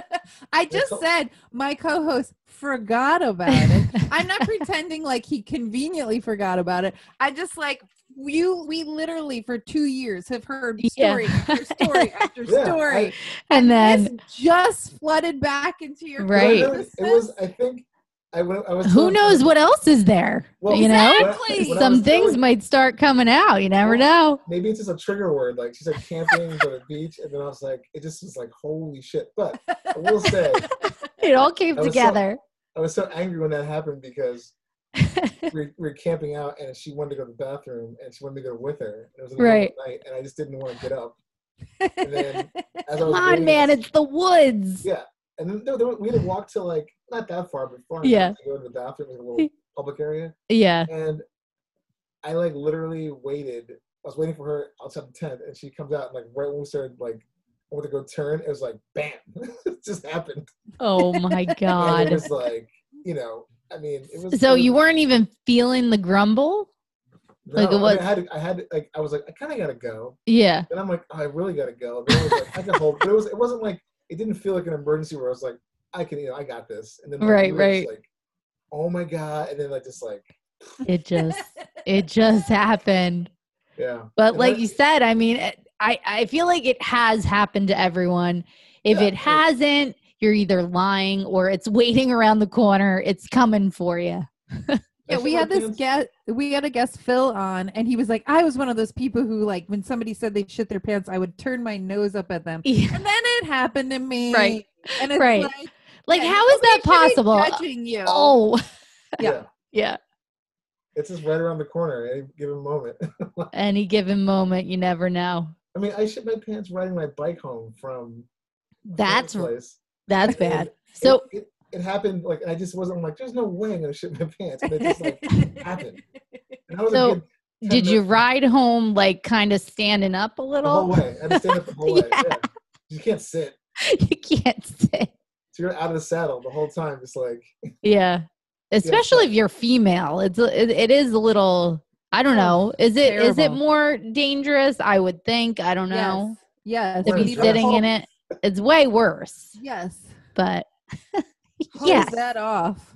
I just so- said my co-host forgot about it. I'm not pretending like he conveniently forgot about it. I just like you. We literally for two years have heard Yeah. story after story after Yeah, I- story. and then this just flooded back into your It Right. was- It was. I think. I, wa- I was. who telling- knows what else is there? Well, you know, Exactly. when I some was things doing- might start coming out. You never know. maybe it's just a trigger word. Like she said camping, go to beach, and then I was like, it just was like, holy shit. But I will say, It all came I was so- together. I was so angry when that happened because we were, we were camping out and she wanted to go to the bathroom and she wanted me to go with her. It was in the middle of the night and I just didn't want to get up. And then as I Come was on, waiting- man, it's the woods. Yeah. And then there- there was- we had to walk to like not that far, but far enough Yeah. to go to the bathroom in a little public area. Yeah. And I like literally waited. I was waiting for her outside the tent, and she comes out and like right when we started like I went to go turn, it was like bam, it just happened. Oh my And it god. was like you know, I mean, it was. So it you was- weren't even feeling the grumble? no, like, it I mean, was- I, had to, I had to, like I was like I kind of gotta go, Yeah. and I'm like oh, I really gotta go. But I was like I can hold. But it was it wasn't like it didn't feel like an emergency where I was like I can you know I got this, and then like, Right, we were just, right. like oh my god, and then like just like It just it just happened. yeah, But And like that- you said, I mean, it- I I feel like it has happened to everyone. If Yeah, it it- hasn't, you're either lying or it's waiting around the corner. It's coming for you. I Yeah, we shit my had this pants. guest. We had a guest Phil on, and he was like, "I was one of those people who, like, when somebody said they shit their pants, I would turn my nose up at them." And then it happened to me, Right. And it's Right. like, Like yeah, how is that nobody should be possible? Judging you. Oh, Yeah. yeah. it's just right around the corner at any given moment. Any given moment, you never know. I mean, I shit my pants riding my bike home from That's Frank's place. that's And bad. it- So it, it happened. Like I just wasn't like, there's no way I'm gonna shit my pants. And it just like happened. And I was So, a kid ten did you minutes ride home like kind of standing up a the whole little? way. I had to stand up the whole way. Yeah. Yeah. You can't sit. you can't sit. So you're out of the saddle the whole time. Just like Yeah. Especially so- if you're female. It's a- it, it is a little I don't know. Is it is it terrible. more dangerous? I would think. I don't know. Yes. To Or be it's sitting in it. awful. It's way worse. Yes. But Hose Yes. that off.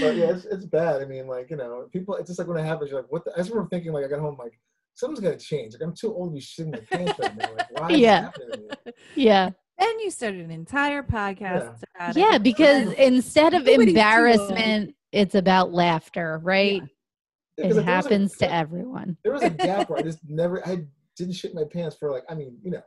but yeah, it's, it's bad. I mean, like you know, people. It's just like when it happens, you're like, what? The? I just remember thinking like, I got home like. Something's gonna change. Like I'm too old to be shitting my pants right now. Like, why is Yeah. this happening to me? yeah. And you started an entire podcast about it. Yeah, because instead of Nobody's too old. embarrassment, it's about laughter, right? It Yeah, 'cause, like, there was a- happens to everyone. there was a gap where I just never I didn't shit my pants for like I mean you know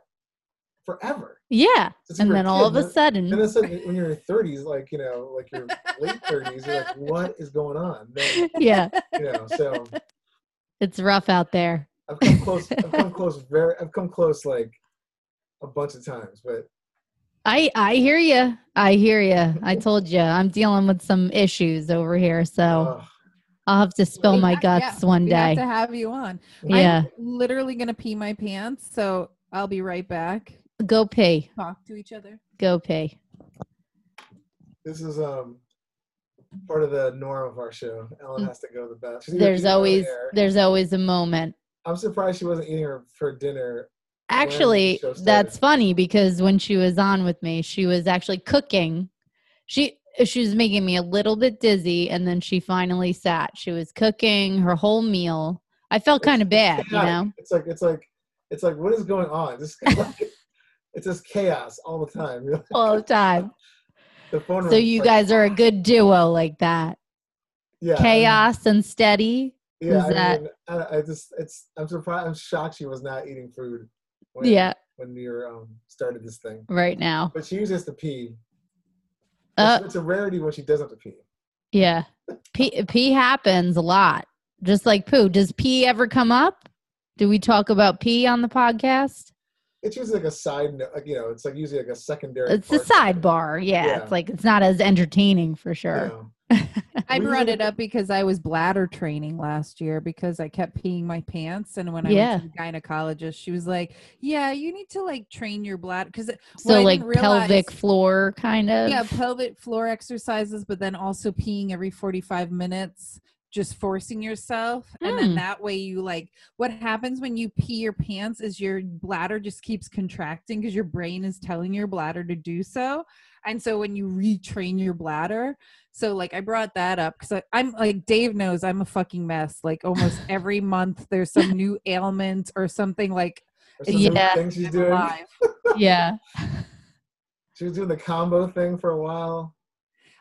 forever. Yeah. Since we And were then all of kids, a and then sudden suddenly when you're in your thirties, like you know, like your late thirties, you're like, what is going on? Then, Yeah. you know, so It's rough out there. I've come close. I've come close. Very. I've come close like a bunch of times, but I I hear you. I hear you. I told you I'm dealing with some issues over here, so ugh, I'll have to spill We my have- yeah, guts one we have day. to have you on. I'm yeah, literally gonna pee my pants, so I'll be right back. go pee, Talk to each other. go pee. this is um part of the norm of our show. Ellen has to go to the bathroom. She's either Mm. There's eating or always air. there's always a moment. I'm surprised she wasn't eating her for dinner Actually, show started. that's funny because when she was on with me, she was actually cooking. She she was making me a little bit dizzy, and then she finally sat. She was cooking her whole meal. I felt kind of bad, you chaotic. know. It's like it's like it's like what is going on? This it's just chaos all the time. Really. all the time. The phone So ring's you like- guys are a good duo like that. yeah, I mean, Chaos and steady. Yeah, I, is that- mean, I, I just it's I'm surprised I'm shocked she was not eating food. When, Yeah, when we were um started this thing, right now. but she uses to pee. Uh, it's, it's a rarity when she doesn't have to pee. yeah. Pee, pee happens a lot, just like poo. Does pee ever come up? Do we talk about pee on the podcast? It's usually like a side note, like you know, it's like usually like a secondary. It's a part of it, sidebar. Yeah, Yeah. It's like it's not as entertaining for you sure. know. I We brought did- it up because I was bladder training last year because I kept peeing my pants. And when I Yeah. went to the gynecologist, she was like, Yeah, you need to like train your bladder. Because, So I didn't like pelvic realize- floor kind of. yeah, pelvic floor exercises, but then also peeing every 45 minutes, just forcing yourself. And Hmm. then that way you like what happens when you pee your pants is your bladder just keeps contracting because your brain is telling your bladder to do so. And so when you retrain your bladder, so like I brought that up because I'm like Dave knows I'm a fucking mess. Like almost every month there's some new ailment or something like Or some new Yeah. thing she's I'm doing. alive. yeah. She was doing the combo thing for a while.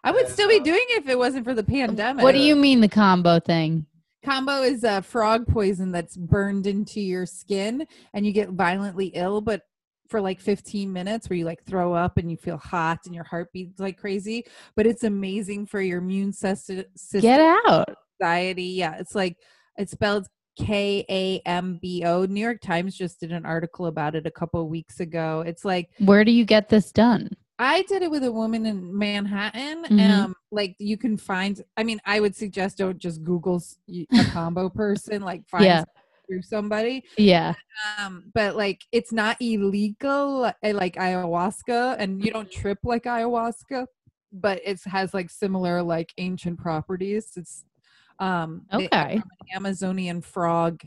I would still be Yeah. doing it if it wasn't for the pandemic. What do you mean the combo thing? Combo is a frog poison that's burned into your skin and you get violently ill, but for like 15 minutes where you like throw up and you feel hot and your heart beats like crazy. But it's amazing for your immune sys- system. Get out. Anxiety. Yeah. It's like, it's spelled K A M B O. New York Times just did an article about it a couple weeks ago. It's like, Where do you get this done? I did it with a woman in Manhattan. Mhm. Um, like you can find. I mean, I would suggest don't just Google s- y- a combo person. Like find Yeah. through somebody. Yeah. Um, but like it's not illegal uh, like ayahuasca, and you Mm-hmm. don't trip like ayahuasca. But it has like similar like ancient properties. It's um they- Okay. from an Amazonian frog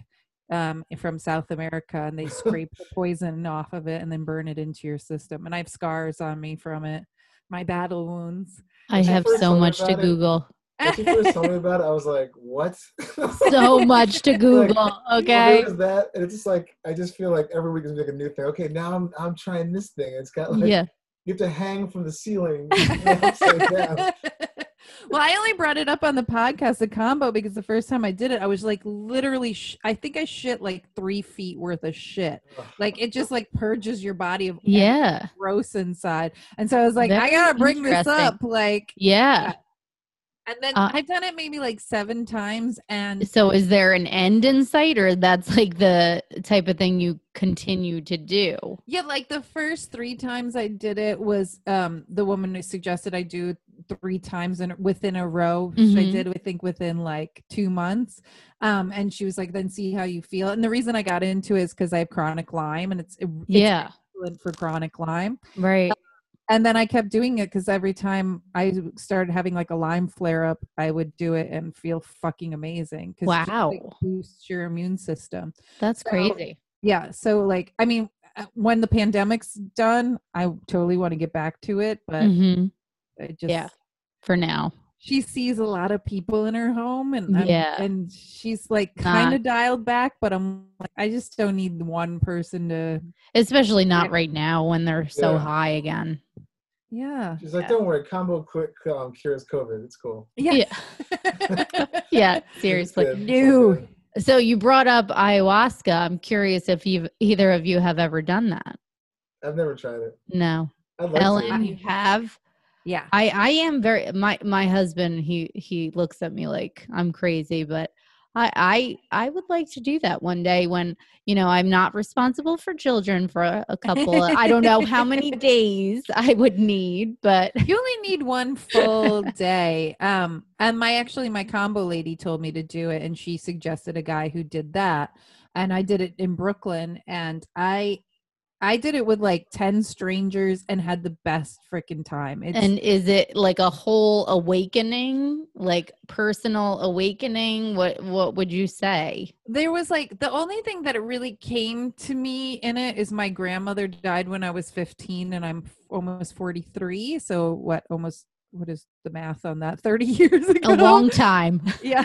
um from South America and they scrape the poison off of it and then burn it into your system. And I have scars on me from it. My battle wounds. I When she have first so told me much to about it- Google. When she first told me about it, I was like, "What?" So much to Google. Well, Okay. there was that, and it's just like I just feel like every week is like a new thing. Okay, now I'm I'm trying this thing. It's got like Yeah. you have to hang from the ceiling upside down. well, I only brought it up on the podcast, the combo, because the first time I did it, I was like literally, sh- I think I shit like three feet worth of shit. Like it just like purges your body of everything Yeah. gross inside. And so I was like, I Very gotta bring this interesting. up. Like, Yeah. and then Uh, I've done it maybe like seven times. And So is there an end in sight or that's like the type of thing you continue to do? Yeah, like the first three times I did it was um the woman who suggested I do it three times in within a row, which I Mhm. did I think within like two months. Um, and she was like, then see how you feel. And the reason I got into it is because I have chronic Lyme and it's, it- it's Yeah. excellent for chronic Lyme. Right. And then I kept doing it because every time I started having like a Lyme flare up, I would do it and feel fucking amazing. 'cause it just, like, Wow. boosts your immune system. That's So- crazy. Yeah. So, like, I mean, uh, when the pandemic's done, I totally want to get back to it, but hmm it just, Yeah. For now. she sees a lot of people in her home and, I'm- Yeah. and she's like Not- kind of dialed back, but I'm like, I just don't need one person to, Especially not Yeah. right now when they're so Yeah. high again. yeah. She's like, "Don't worry, combo quick um, cures COVID. It's cool." Yeah. Yeah. It's Seriously. good. It's all No. good. So you brought up ayahuasca. I'm curious if you've either of you have ever done that. I've never tried it. No. I'd like Ellen, to. you have? Yeah. I I am very my my husband he he looks at me like I'm crazy, but I I I would like to do that one day when you know I'm not responsible for children for a, a couple. of- I don't know how many days I would need, but You only need one full day. Um, and my actually my combo lady told me to do it, and she suggested a guy who did that, and I did it in Brooklyn, and I I did it with like 10 strangers and had the best freaking time. It's, And is it like a whole awakening, like personal awakening? What what would you say? there was like the only thing that it really came to me in it is my grandmother died when I was 15 and I'm f- almost 43. So what almost what is the math on that? 30 years ago. A long time. yeah.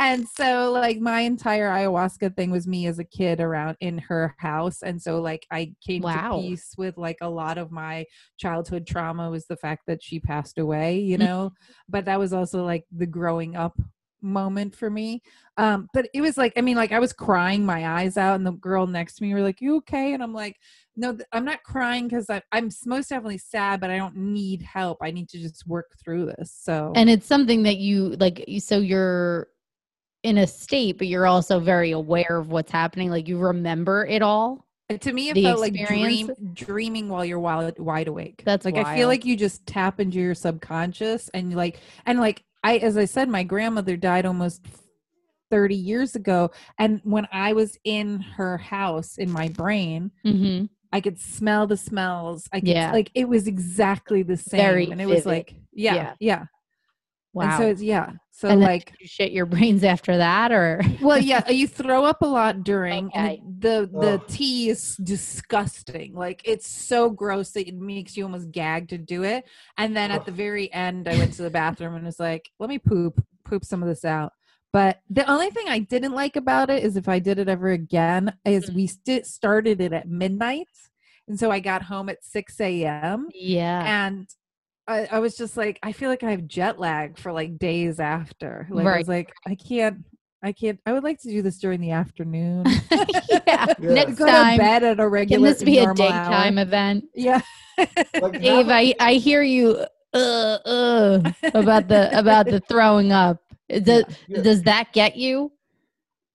and so like my entire ayahuasca thing was me as a kid around in her house. And so like I came Wow. to peace with like a lot of my childhood trauma was the fact that she passed away, you Mm. know. but that was also like the growing up moment for me. Um, but it was like, I mean, like I was crying my eyes out, and the girl next to me were like, You okay? And I'm like, No, th- I'm not crying because I'm most definitely sad, but I don't need help. I need to just work through this. So And it's something that you like you- so you're in a state, but you're also very aware of what's happening. Like you remember it all. And to me, it the felt experience? like dream, dreaming while you're wide, wide awake. That's like I feel wild. like you just tap into your subconscious and you like and like I as I said, my grandmother died almost thirty years ago, and when I was in her house in my brain, Mm-hmm. I could smell the smells. I could Yeah. like it was exactly the same, Very and it was vivid. like yeah, Yeah. yeah, Wow. And so it's yeah, so And then like you shit your brains after that or well yeah you throw up a lot during and Okay. it- the the Ugh. tea is disgusting like it's so gross that it makes you almost gag to do it and then at the Ugh. very end i went to the bathroom and was like let me poop poop some of this out but the only thing i didn't like about it is if i did it ever again is we st- started it at midnight and so i got home at 6 a.m yeah. and I, I was just like, I feel like I have jet lag for like days after. Like Right. I was like, I can't, I can't. I would like to do this during the afternoon. yeah. Next Go to time. bed at a Can regular. this be a normal hour. daytime event? Yeah. Like, Dave, half- I, I hear you uh, uh, about the about the throwing up. Does Yeah. does that get you?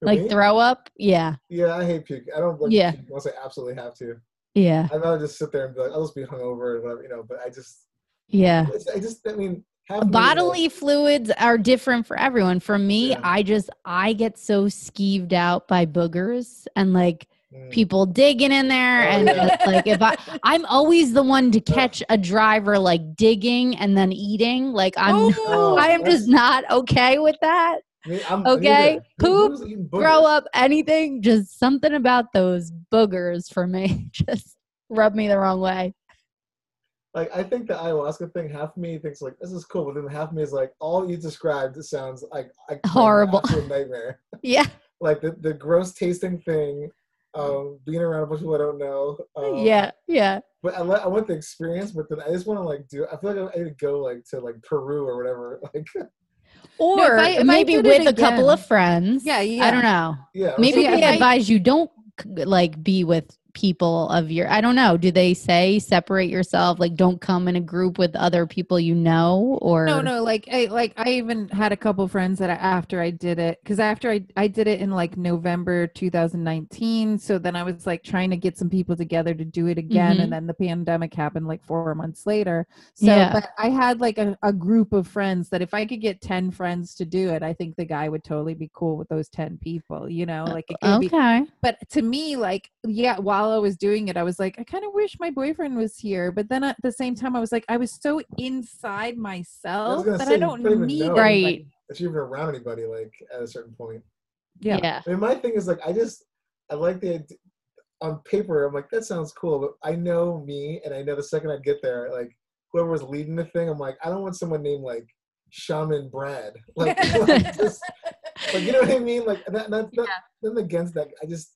Like Me? throw up? Yeah. yeah, I hate puke. I don't like Yeah. yeah. puke unless I absolutely have to. Yeah. I'd rather just sit there and be like, I'll just be hungover and whatever, you know. But I just, Yeah. it's, I just, I mean, half of me is like- Bodily fluids are different for everyone. For me, Yeah. I just I get so skeeved out by boogers and like Mm. people digging in there Oh, and yeah. it's like if I I'm always the one to Ugh. catch a driver like digging and then eating. Like I'm Oh, I am just that's- not okay with that. Me- I'm Okay, neither. Who- poop, who's eating grow boogers? up anything just something about those boogers for me just rub me the wrong way Like I think the ayahuasca thing, half of me thinks like this is cool, but then half of me is like, all you described sounds like, like like an Horrible. absolute nightmare. yeah Like the, the gross tasting thing, um, being around a bunch of people I don't know. Um, yeah yeah But I, li- I want the experience, but then I just want to like do. I feel like I need to go like to like Peru or whatever. Like or if I- if I maybe did it with a couple of again- friends Yeah, i yeah. don't know yeah. or maybe Yeah, they if I- advise you don't c- like be with people of your i don't know do they say separate yourself like don't come in a group with other people you know or No, no, like I like I even had a couple friends that I, after I did it cuz after I I did it in like November 2019, so then I was like trying to get some people together to do it again Mhm. and then the pandemic happened like 4 months later. So Yeah. but I had like a, a group of friends that if I could get 10 friends to do it, I think the guy would totally be cool with those 10 people, you know, like it could be okay but to me like yeah while i was doing it i was like i kind of wish my boyfriend was here but then at the same time i was like i was so inside myself gonna that say, i you don't don't even need know. Right. anybody. if you're even around anybody, like at a certain point. yeah, yeah. I mean, my thing is like I just I like the id- on paper. I'm like that sounds cool, but I know me, and I know the second I get there, like whoever was leading the thing, I'm like I don't want someone named like Shaman Brad. Like, like, just, like you know what I mean? Like not not, not nothing against that. I just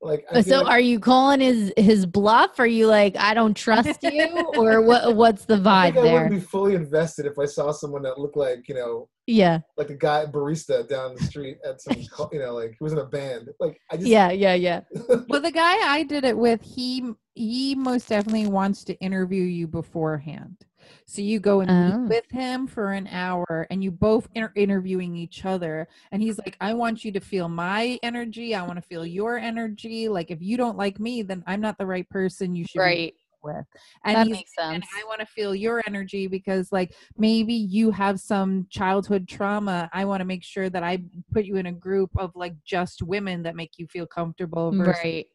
like I feel so like- are you calling his his bluff? Are you like I don't trust you, or what? What's the I vibe think I there? wouldn't be fully invested if I saw someone that looked like you know yeah, like a guy barista down the street at some co- you know like who was in a band. Like I just yeah, yeah, yeah. well the guy i did it with he he most definitely wants to interview you beforehand so you go and Oh. meet with him for an hour and you both are interviewing each other and he's like i want you to feel my energy i want to feel your energy like if you don't like me then i'm not the right person you should be Right. with. that And he's makes sense. and I want to feel your energy because like maybe you have some childhood trauma. I want to make sure that I put you in a group of like just women that make you feel comfortable versus right.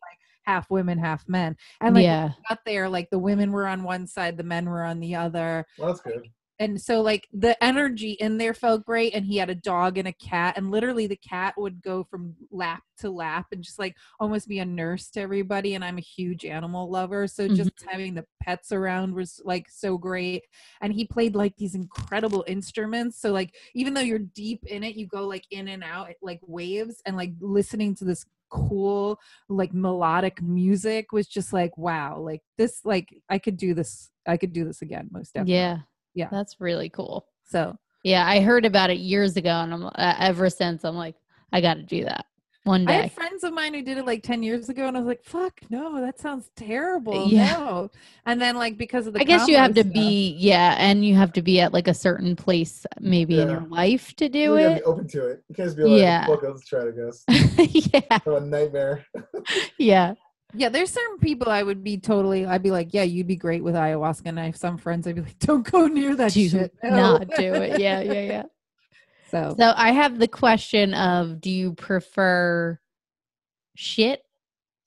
half women, half men. And like yeah. got there, like the women were on one side, the men were on the other. Well, that's good. And so like the energy in there felt great. And he had a dog and a cat. And literally the cat would go from lap to lap and just like almost be a nurse to everybody. And I'm a huge animal lover. So just having the pets around was like so great. And he played like these incredible instruments. So like even though you're deep in it, you go like in and out it, like waves and like listening to this cool like melodic music was just like wow like this like i could do this i could do this again most definitely Yeah. Yeah. That's really cool. so Yeah, I heard about it years ago, and I'm uh, ever since I'm like, I got to do that one I day. had friends of mine who did it like 10 years ago, and I was like, fuck, no, that sounds terrible. Yeah. No. And then, like, because of the I guess you combo have to stuff- be, yeah, and you have to be at like a certain place, maybe in your Yeah. life, to do You gotta it. be open to it. You can't just be like, Yeah. "Fuck, it, let's try to guess." yeah, Have a nightmare. yeah, Yeah, there's certain people I would be totally, I'd be like, yeah, you'd be great with ayahuasca. And I have some friends, I'd be like, don't go near that do shit. no." not do it. Yeah, yeah, yeah. So, So I have the question of: Do you prefer shit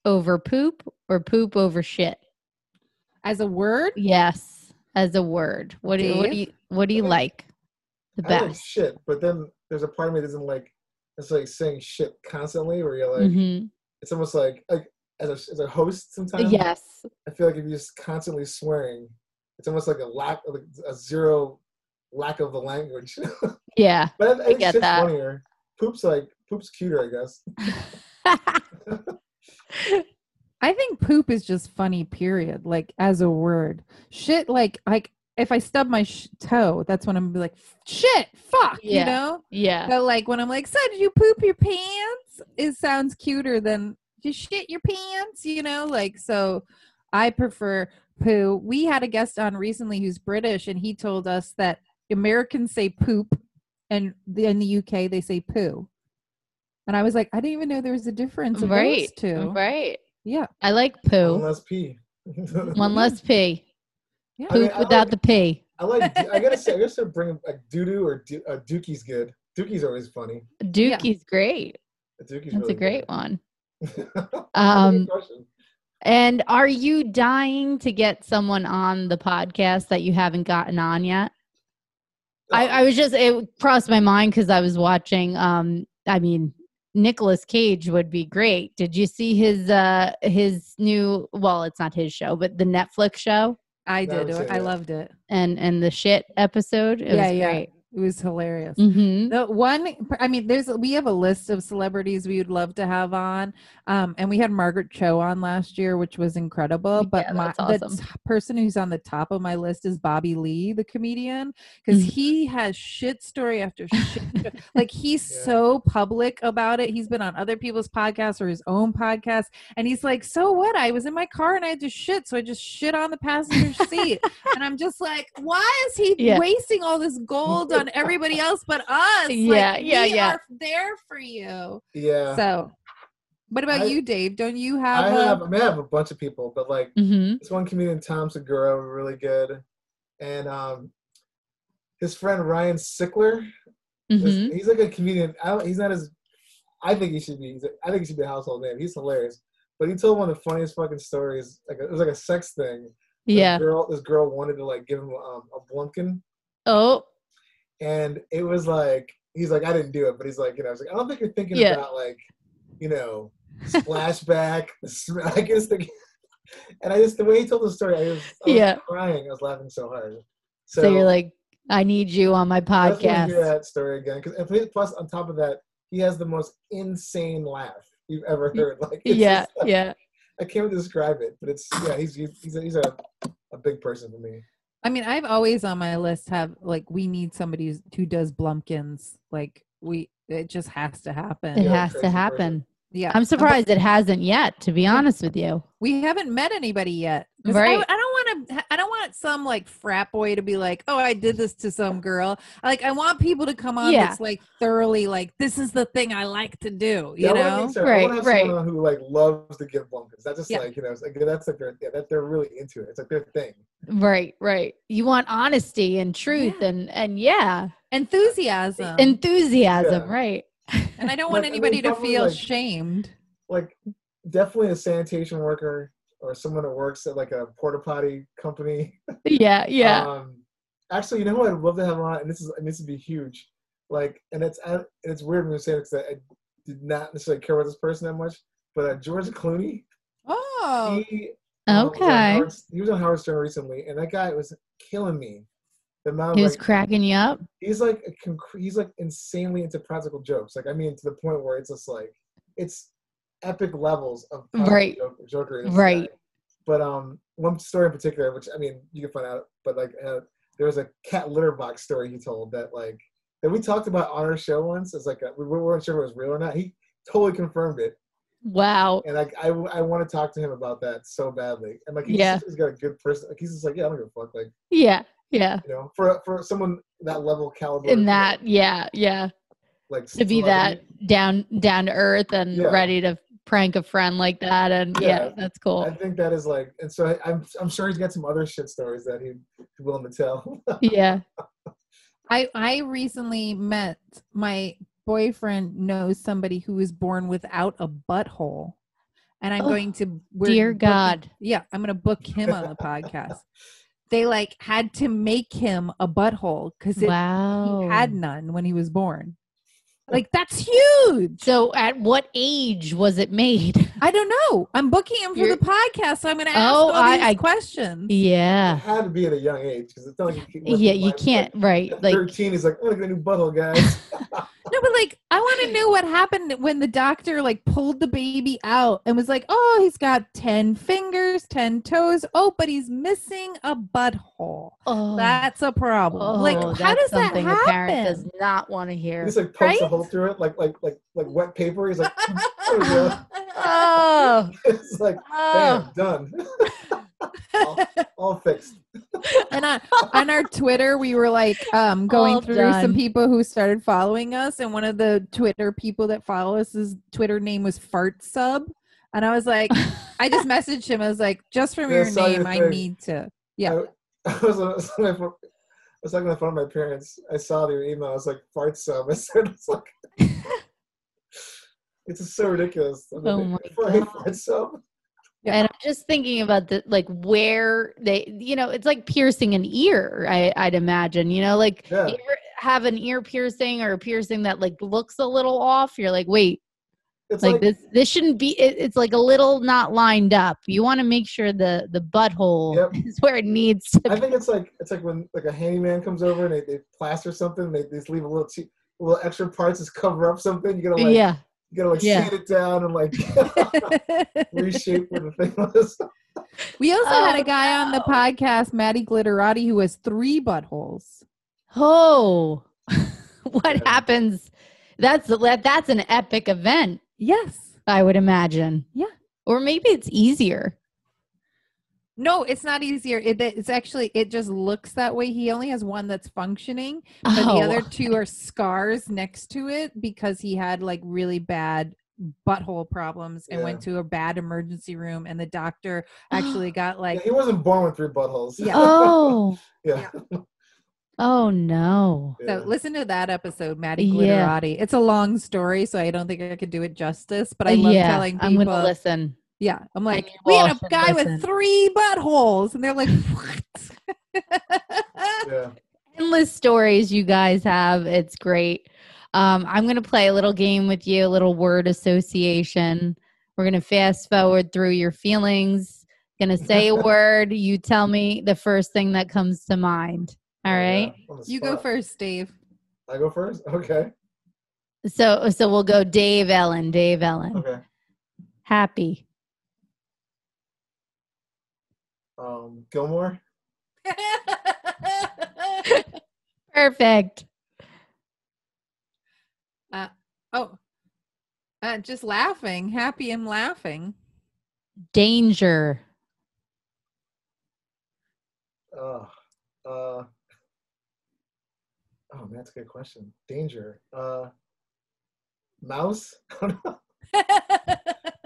over poop or poop over shit? as a word, Yes, as a word. What do you, what do Dave? you what do you like the I like best? shit, but then there's a part of me that doesn't like. It's like saying shit constantly, where you're like, hmm it's almost like like as a as a host sometimes. Yes. I feel like if you're just constantly swearing, it's almost like a lack of a zero lack of the language. Yeah. but I, I, think get shit's that. funnier. Poop's like poop's cuter, I guess. I think poop is just funny, period. Like, as a word. Shit, like, like, if I stub my sh- toe, that's when I'm gonna be like, shit, fuck, you Yeah. know? yeah. But like when I'm like, so did you poop your pants? It sounds cuter than just shit your pants, you know? Like so I prefer poo. We had a guest on recently who's British and he told us that Americans say poop and the, in the UK they say poo. And I was like, I didn't even know there was a difference of Right. those two. Right. Yeah. I like poo. Unless pee. One less pee. Yeah. I mean, Poop I without like- the pee. I like. I gotta say, I guess I bring like doo-doo or do, uh, Dookie's good. Dookie's always funny. Dookie's great. Dookie's That's really a great good. one. That's a good Um, question. and are you dying to get someone on the podcast that you haven't gotten on yet? I, I was just it crossed my mind because I was watching. Um, I mean, Nicolas Cage would be great. Did you see his uh his new? Well, it's not his show, but the Netflix show I No, I did. would say I that. loved it. and and the shit episode. It Yeah, was yeah. great. It was hilarious. Mm-hmm. The one, I mean, there's we have a list of celebrities we would love to have on, um, and we had Margaret Cho on last year, which was incredible. But Yeah, my that's awesome. the t- person who's on the top of my list is Bobby Lee, the comedian, because Mhm. he has shit story after shit. sto- like he's Yeah. so public about it. He's been on other people's podcasts or his own podcast, and he's like, "So what? I was in my car and I had to shit, so I just shit on the passenger seat." and I'm just like, why is he Yeah. wasting all this gold on everybody else but us? Like, Yeah, yeah, we yeah. Are there for you. Yeah. So, what about I- you, Dave? Don't you have? I a- have. I mean, I have a bunch of people, but like Mm-hmm. this one comedian, Tom Segura, was really good, and um, his friend Ryan Sickler. is- Mm-hmm. He's like a comedian. I don't, he's not as. I think he should be. He's a, I think he should be a household name. He's hilarious. But he told one of the funniest fucking stories. Like it was like a sex thing. This Yeah. girl, this girl wanted to like give him um, a blunkin. Oh, and it was like he's like I didn't do it, but he's like you know I was like I don't think you're thinking Yeah. about like you know splashback. the sm- I guess the and I just the way he told the story, I was, I was Yeah. crying. I was laughing so hard. so, you're like, I need you on my I just want to hear podcast. that story again because plus on top of that, he has the most insane laugh you've ever heard. Like it's Yeah, just, like, yeah. I can't describe it, but it's yeah he's he's he's a, he's a, a big person for me. I mean, I've always on my list have like we need somebody who's- who does Blumpkins. Like we, it just has to happen. It Yeah, has crazy to person. happen. Yeah, I'm surprised it hasn't yet, to be honest with you. we haven't met anybody yet. 'Cause I- Right. I, don't want to. I don't want some like frat boy to be like, "Oh, I did this to some girl." Like, I want people to come on Yeah. that's like thoroughly like, "This is the thing I like to do." Yeah, You I wanna know? meet someone- I wanna Right, have right. someone who like loves to give bumpers. That's just Yeah. like you know, it's like, that's like their yeah, that they're really into it. It's like their thing. Right, right. You want honesty and truth Yeah. and and yeah, Um, Enthusiasm. And, enthusiasm, Yeah. right? I Like, don't want I mean, anybody to probably, feel like- shamed. Like definitely a sanitation worker or someone that works at like a porta potty company. Yeah, yeah. Um, actually, you know who I'd love to have on, and this is and this would be huge. Like, and it's I, and it's weird when you say it because I, I did not necessarily care about this person that much, but uh, George Clooney. Oh, He, um, was on okay. Howard- he was on Howard Stern recently, and that guy was killing me. The amount of, He was like, cracking you up. he's like a concre- he's like insanely into practical jokes. Like I mean, to the point where it's just like it's epic levels of practical Right. joke- jokery. in this Right. guy. But um, one story in particular, which I mean, you can find out. But like, uh, there was a cat litter box story he told that like that we talked about on our show once. It's like uh we weren't sure if it was real or not. He totally confirmed it, Wow. and like I, I want to talk to him about that so badly. And like, he's, Yeah. he's got a good person. Like he's just like, yeah, I don't give a fuck. Like Yeah, yeah. you know, for for someone that level caliber In that, yeah, yeah. like To be that celebrity. down down to earth and Yeah. ready to prank a friend like that and yeah, Yeah. that's cool. I think that is like, and so I, I'm I'm sure he's got some other shit stories that he's willing to tell. yeah. I I recently met my boyfriend knows somebody who was born without a butthole, and I'm Oh, going to we're Dear booking- God. yeah, I'm going to book him on the podcast. They like had to make him a butthole because Wow. he had none when he was born. Like that's huge. so at what age was it made? I don't know. I'm booking him for You're- the podcast, so I'm going to ask Oh, all I- these I- questions. it Yeah. had to be at a young age because it's not like you keep living Yeah, you life. can't right. At Like Thirteen, he's like, I'm gonna get a new butthole, guys. No, but like I want to know what happened when the doctor like pulled the baby out and was like, "Oh, he's got 10 fingers, 10 toes. Oh, but he's missing a butthole. oh, That's a problem." like oh, how that's does that something a parent does happen? not want to hear. He just like pokes a Right? hole through it, like like like like wet paper. He's like, "Hmm, there we go. Oh, it's like, bam, oh. done, all fixed. and on, on our Twitter, we were like um, going All through done. some people who started following us, and one of the Twitter people that follow us, his Twitter name was Fart Sub, and I was like, I just messaged him. I was like, just from Yeah, your saw your name, I thing. need to. Yeah. I was, I was, on my phone- I was talking on the phone with my parents. I saw their email. I was like, fart sub. I said, it's like, it's just so ridiculous. I mean, Oh my fart- God. fart sub. Yeah. And I'm just thinking about the like where they, you know, it's like piercing an ear. I, I'd imagine, you know, like Yeah. you ever have an ear piercing or a piercing that like looks a little off. You're like, wait, It's like, like, this, this shouldn't be. It, it's like a little not lined up. You want to make sure the the butthole Yep. is where it needs to. I think it's like it's like when like a handyman comes over and they, they plaster something. they, they just leave a little te- little extra parts just cover up something. You gotta like yeah, you gotta like Yeah. sand it down and like reshape what the thing was. we also had Oh, a guy on the no. podcast, Maddie Glitterati, who has three buttholes. Oh, what Yeah. happens? That's that, that's an epic event, Yes. I would imagine. Yeah. Or maybe it's easier. No, it's not easier. It, it's actually it just looks that way. He only has one that's functioning, but Oh. the other two are scars next to it because he had like really bad butthole problems and Yeah. went to a bad emergency room and the doctor actually got Yeah, like he wasn't born with three buttholes. Yeah. Oh. yeah. Oh no. yeah. So listen to that episode, Maddie Yeah. Glitterati. It's a long story, so I don't think I could do it justice. But I love Uh, yeah, telling people. I'm gonna listen. Yeah, I'm like, you we all had a should guy listen. with three buttholes, and they're like, what? yeah. Endless stories you guys have. It's great. Um, I'm gonna play a little game with you, a little word association. We're gonna fast forward through your feelings. Gonna say a word. You tell me the first thing that comes to mind. Oh, All right. Yeah, on the you go spot. first, Dave. I go first. Okay. So so we'll go Dave Ellen. Dave Ellen. Okay. Happy. Um, Gilmore. Perfect. oh, uh, just laughing, happy and laughing. Danger. Uh, uh, oh, man, that's a good question. Danger. Uh, mouse? I don't know.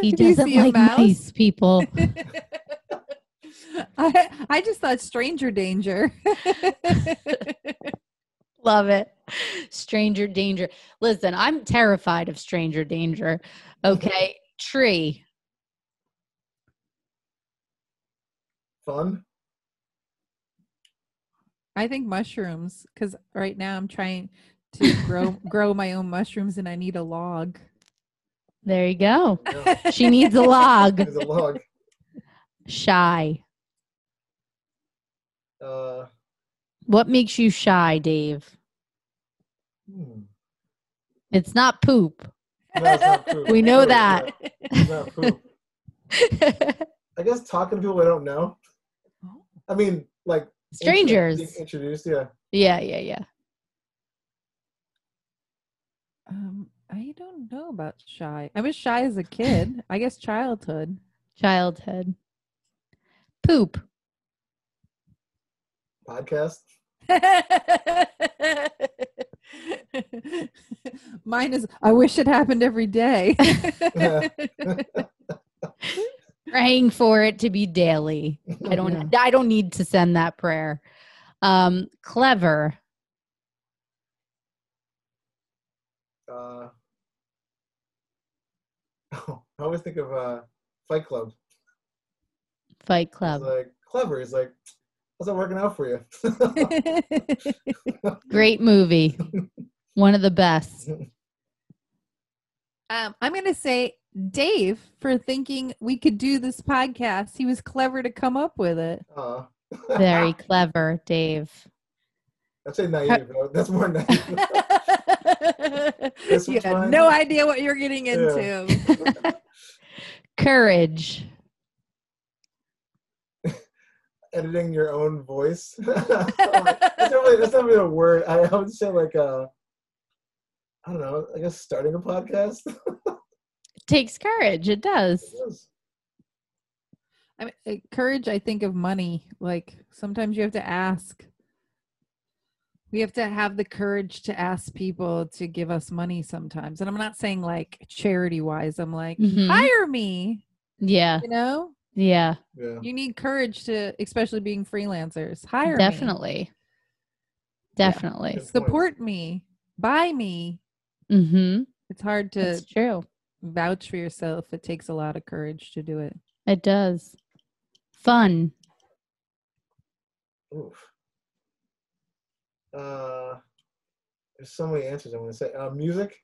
He Do you doesn't see a like mouse? nice people. I, I just thought stranger danger. Love it. Stranger danger. Listen, I'm terrified of stranger danger. Okay. tree. Fun. I think mushrooms because right now I'm trying to grow grow my own mushrooms and I need a log. There you go. Yeah. She needs a log. There's a log. Shy. Uh, What makes you shy, Dave? hmm. It's not poop. No, it's not poop. We know Poop, that. yeah. It's not poop. I guess talking to people I don't know. I mean, like Oh. Strangers. being introduced, yeah. Yeah, yeah, yeah. Um, I don't know about shy. I was shy as a kid. I guess childhood. Childhood. Poop. Podcast. Mine is. I wish it happened every day. Praying for it to be daily. I don't I don't need to send that prayer. Um clever. Uh, I always think of uh, Fight Club. Fight He's Club. like clever. He's like, how's that working out for you? Great movie. One of the best. Um, I'm going to say Dave for thinking we could do this podcast. He was clever to come up with it. uh, Very clever, Dave. I'd say naive. though. That's more naive. you was had fun. no idea what you're getting Yeah. into. Courage. Editing your own voice. that's, not really, that's not really a word. I, I would say like uh, I don't know. I guess starting a podcast. takes courage. It does. I mean, uh, courage, I think of money. Like sometimes you have to ask. We have to have the courage to ask people to give us money sometimes. And I'm not saying like charity wise, I'm like, Mhm. hire me, Yeah. you know? Yeah. yeah. You need courage to, especially being freelancers. Hire me. Definitely. Definitely. Good point. support me, buy me. Mm-hmm. It's hard to It's true. vouch for yourself. It takes a lot of courage to do it. It does. Fun. Oof. Uh, there's so many answers I'm gonna say. Uh, music.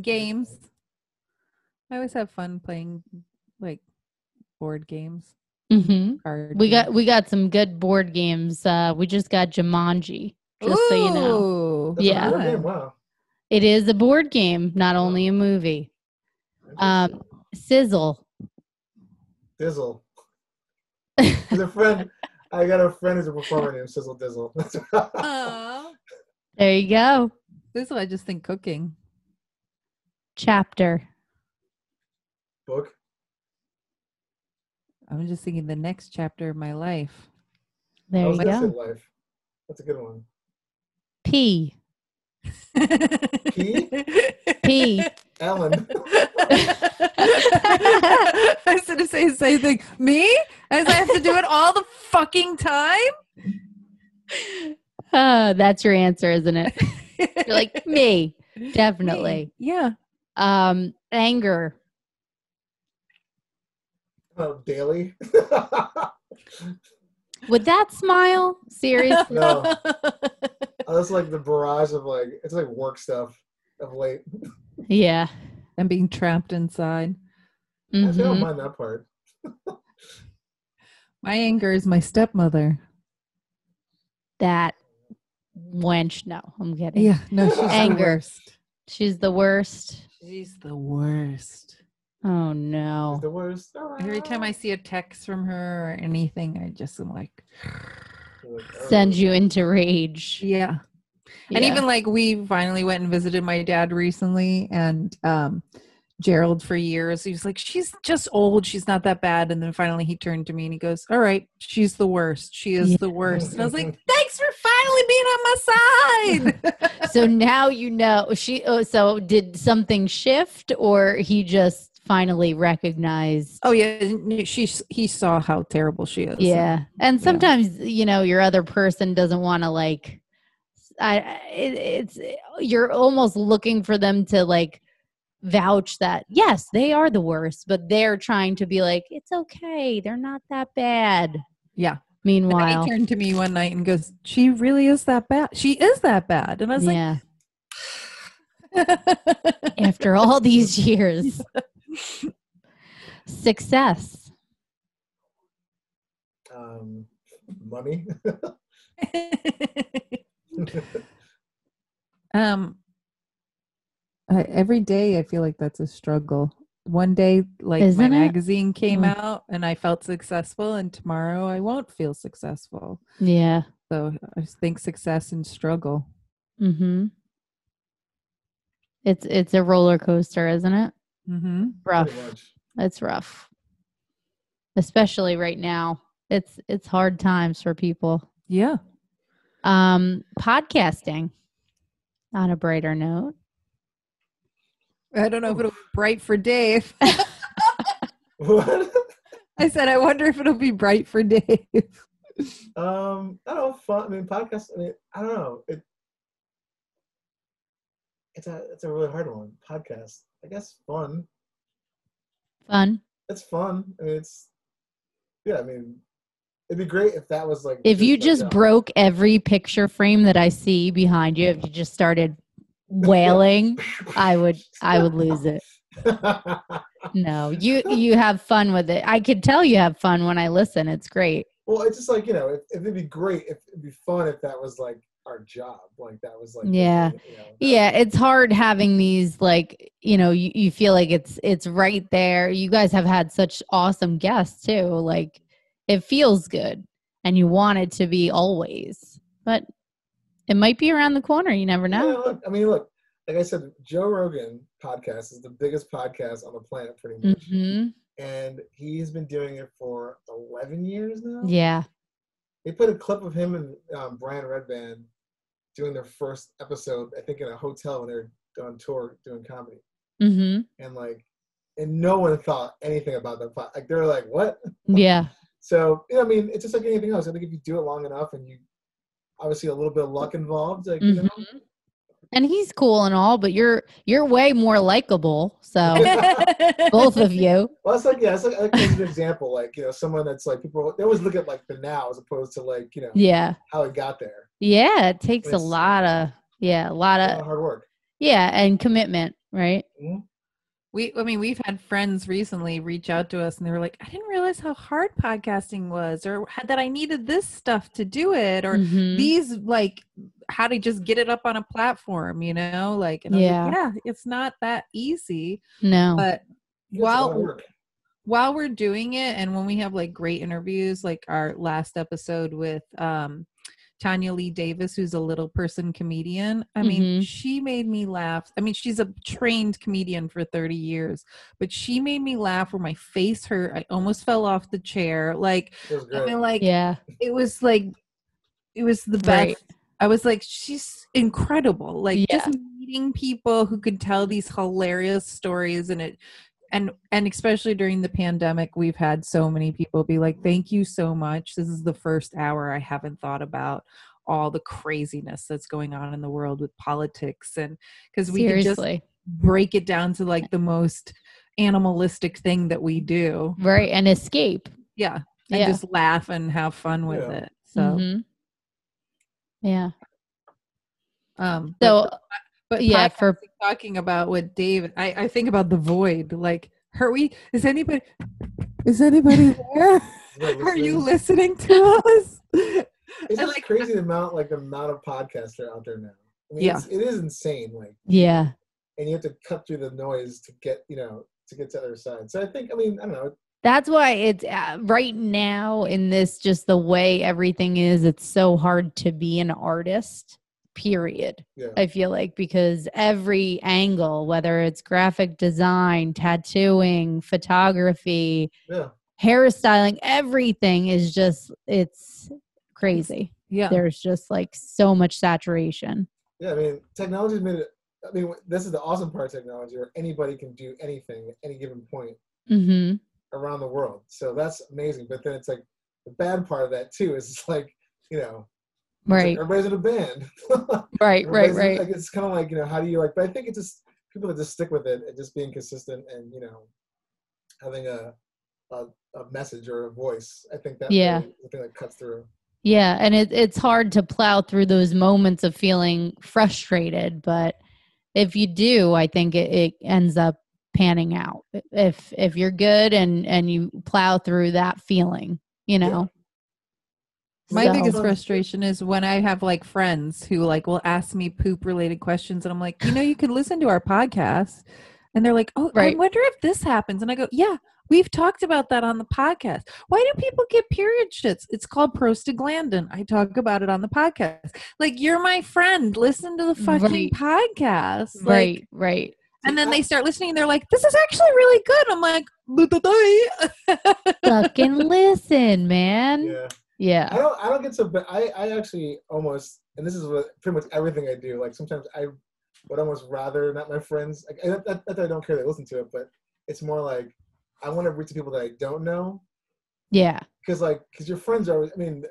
Games. I always have fun playing like board games. Mm-hmm. Card We got we got some good board games. Uh, we just got Jumanji. Just so you know, Ooh, That's a Yeah. board game, Wow. it is a board game, not only a movie. Um, sizzle. Dizzle. There's a friend. I got a friend who's a performer named Sizzle Dizzle. Oh, Aw. There you go. This one I just think cooking. Chapter. Book. I'm just thinking the next chapter of my life. I There was you gonna say go. life. That's a good one. P. P? P. Alan. I was gonna say the same thing. Me? As I have to do it all the fucking time? Uh, that's your answer, isn't it? You're like me, definitely. Yeah. Um, anger. Uh, Daily. Would that smile? Seriously? Oh. no, that's like the barrage of like it's like work stuff of late. yeah. and being trapped inside. Actually, I don't Mhm. mind that part. My anger is my stepmother. That wench. No, I'm kidding. Yeah, no, she's Anger. the worst. She's the worst. She's the worst. Oh It's no. the worst. Oh, Every time I see a text from her or anything, I just am like, oh, Sends you into rage. yeah. And Yeah. even like we finally went and visited my dad recently, and um, Gerald for years, he was like, she's just old. She's not that bad. And then finally he turned to me and he goes, all right, she's the worst. She is Yeah. the worst. And I was like, thanks for finally being on my side. so now you know she. Oh, so did something shift, or he just finally recognized? Oh yeah, n- she s- he saw how terrible she is. yeah. And yeah. sometimes you know your other person doesn't want to like. I I- it, it's you're almost looking for them to like vouch that yes, they are the worst, but they're trying to be like, it's okay, they're not that bad. Yeah. And Meanwhile, he turned to me one night and goes, "She really is that bad. She is that bad." And I was yeah, like, after all these years, success. Um, money. um, I, every day I feel like that's a struggle. One day, like my Isn't it? magazine came Mm. out and I felt successful, and tomorrow I won't feel successful. Yeah. So I just think success and struggle. Mm-hmm. It's it's a roller coaster, isn't it? Mm-hmm. Rough. Pretty much. It's rough. Especially right now. It's it's hard times for people. Yeah. Um podcasting on a brighter note. I don't know if it'll be bright for Dave. What? I said, I wonder if it'll be bright for Dave. Um, I don't know. Fun. I mean, podcast. I mean, I don't know. It, it's a it's a really hard one. Podcast. I guess fun. Fun. It's fun. I mean, it's yeah. I mean, it'd be great if that was like. If you the just job. broke every picture frame that I see behind you, if you just started wailing, I would I would lose it. No. You you have fun with it. I could tell you have fun when I listen. It's great. well, it's just like you know, if, if it'd be great, if it'd be fun, if that was like our job, like that was like the Yeah. thing, you know, that- yeah it's hard having these like you know you, you feel like it's it's right there you guys have had such awesome guests too like it feels good and you want it to be always but it might be around the corner you never Yeah, know look, I mean, look, like I said, Joe Rogan podcast is the biggest podcast on the planet, pretty much. hmm and he's been doing it for 11 years now. yeah They put a clip of him and um, Brian Redband doing their first episode, I think, in a hotel when they were on tour doing comedy. hmm And like, and no one thought anything about that. pod- Like, they were like, what? yeah So, you know, I mean, it's just like anything else. I think if you do it long enough and you obviously a little bit of luck involved, like, you know, Mm-hmm. Mhm. and he's cool and all but you're you're way more likable so both of you Well, it's like yeah, it's like, like as an example, like you know, someone that's like people they always look at like the now as opposed to like you know yeah how it got there. yeah it takes a It's- lot of yeah a lot A lot of of hard work. yeah and commitment right We, I mean, we've had friends recently reach out to us and they were like, I didn't realize how hard podcasting was, or had- that I needed this stuff to do it, or Mhm. these, like, how to just get it up on a platform, you know? Like, and I was like, yeah, it's not that easy. No. But Yeah, it's a lot of Well, work. while we're doing it and when we have like great interviews like our last episode with um Tanya Lee Davis who's a little person comedian I mean Mhm. she made me laugh I mean she's a trained comedian for 30 years but she made me laugh where my face hurt I almost fell off the chair like It was I great. mean like yeah. it was like it was the best Right. I was like, she's incredible. Like Yeah. just meeting people who could tell these hilarious stories and it and and especially during the pandemic, we've had so many people be like, Thank you so much. This is the first hour I haven't thought about all the craziness that's going on in the world with politics and because we could just Seriously. break it down to like the most animalistic thing that we do. Right. And escape. Yeah. And yeah. just laugh and have fun with Yeah. it. So Mhm. Mm-hmm. Yeah. um but So But Yeah, yeah, for- for talking about what Dave, I, I think about the void. Like, are we? Is anybody? Is anybody there? It's are you listening. listening to us? It's I just like- crazy the amount like the amount of podcasts that are out there now. I mean, Yeah. it's, it is insane. Like, yeah. and you have to cut through the noise to get you know to get to the other side. So I think I mean I don't know. That's why it's uh, right now in this just the way everything is, it's so hard to be an artist. Period. Yeah, I feel like because every angle, whether it's graphic design, tattooing, photography, yeah. hairstyling, everything is just it's crazy. yeah, There's just like so much saturation. Yeah, I mean, technology's made it. I mean, this is the awesome part of technology, where anybody can do anything at any given point hmm around the world. So that's amazing. But then it's like the bad part of that too is it's like you know it's like Right, everybody's in a band. right, right, Everybody's in- right. Like, it's kind of like you know how do you like? But I think it's just people that just stick with it and just being consistent and you know having a a, a message or a voice. I think that Yeah. really is the thing that cuts through. Yeah, and it, it's hard to plow through those moments of feeling frustrated, but if you do, I think it, it ends up panning out. If if you're good and and you plow through that feeling, you Yeah. know. My So- biggest frustration is when I have like friends who like will ask me poop related questions, and I'm like, you know, you could listen to our podcast, and they're like, oh, Right. I wonder if this happens, and I go, yeah, we've talked about that on the podcast. Why do people get period shits? It's called prostaglandin. I talk about it on the podcast. Like, you're my friend. Listen to the fucking Right. podcast, Like, right, right. and then they start listening, and they're like, this is actually really good. I'm like, Fucking listen, man. Yeah. Yeah. uh, I don't I don't get so bad. I, I actually almost and this is what pretty much everything I do. Like sometimes I would almost rather not my friends. Like, and not, not that I don't care they listen to it, but it's more like I want to reach to people that I don't know Yeah. because like because your friends are. I mean,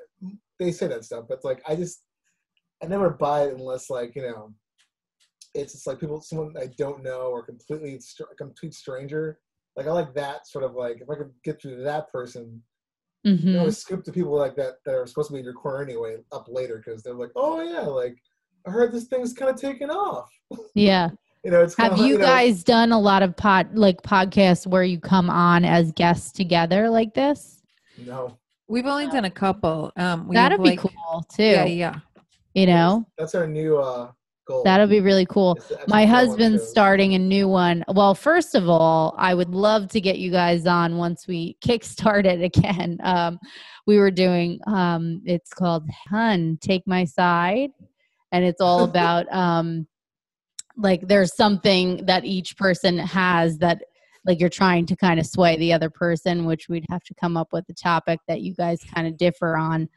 they say that stuff, but like I just I never buy it unless like you know it's just like people someone I don't know or completely str- complete stranger. Like I like that sort of like if I could get through to that person you Mhm. always scoop the people like that that are supposed to be in your corner anyway up later because they're like, oh yeah, like I heard this thing's kind of taking off. Yeah. You know, it's kind Have of you guys done a lot of pod like podcasts where you come on as guests together like this? no, We've only done a couple. Um, we That'd have, be like- cool too. Yeah, yeah. You know, that's our new uh, goal. that'd be really cool. is to actually My go on husband's shows. starting a new one. Well, first of all, I would love to get you guys on once we kickstart it again. Um, we were doing um, it's called Hun Take My Side, and it's all about um, like there's something that each person has that like you're trying to kind of sway the other person, which we'd have to come up with a topic that you guys kind of differ on.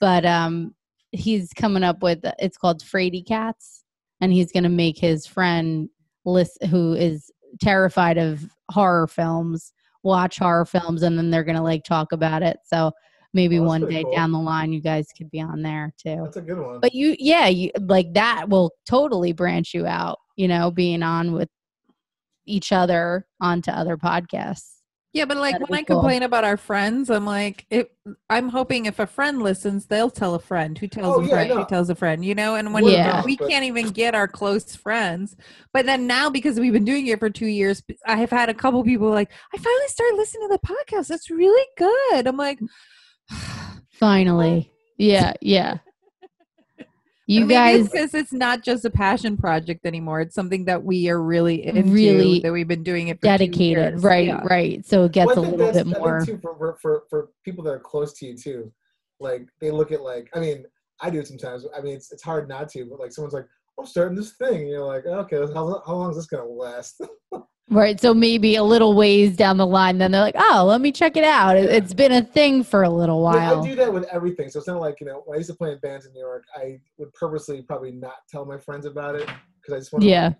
But um, he's coming up with it's called Frady Cats and he's going to make his friend list who is terrified of horror films watch horror films and then they're going to like talk about it so maybe Oh, that's one pretty day cool. down the line you guys could be on there too That's a good one. but you yeah you like that will totally branch you out you know being on with each other onto other podcasts Yeah, but like That'd when be I cool. complain about our friends, I'm like, it, I'm hoping if a friend listens, they'll tell a friend who tells Oh, a yeah, friend no. who tells a friend, you know. And when Word of Yeah. mouth, we but- can't even get our close friends, but then now because we've been doing it for two years, I have had a couple people like, I finally started listening to the podcast. It's really good. I'm like, finally yeah yeah you guys because it's not just a passion project anymore. It's something that we are really into, Really that we've been doing it for two dedicated years. right Yeah. right so it gets Well, I a think little that's- bit I think, more too, for, for for for people that are close to you too. Like they look at like I mean I do it sometimes. I mean it's it's hard not to, but like someone's like I'm starting this thing, and you're like okay, how how long is this gonna last? Right. So maybe a little ways down the line, then they're like, oh, let me check it out. It, Yeah. it's been a thing for a little I mean, while. I do that with everything. So it's not like, you know, when I used to play in bands in New York, I would purposely probably not tell my friends about it because I just want to yeah.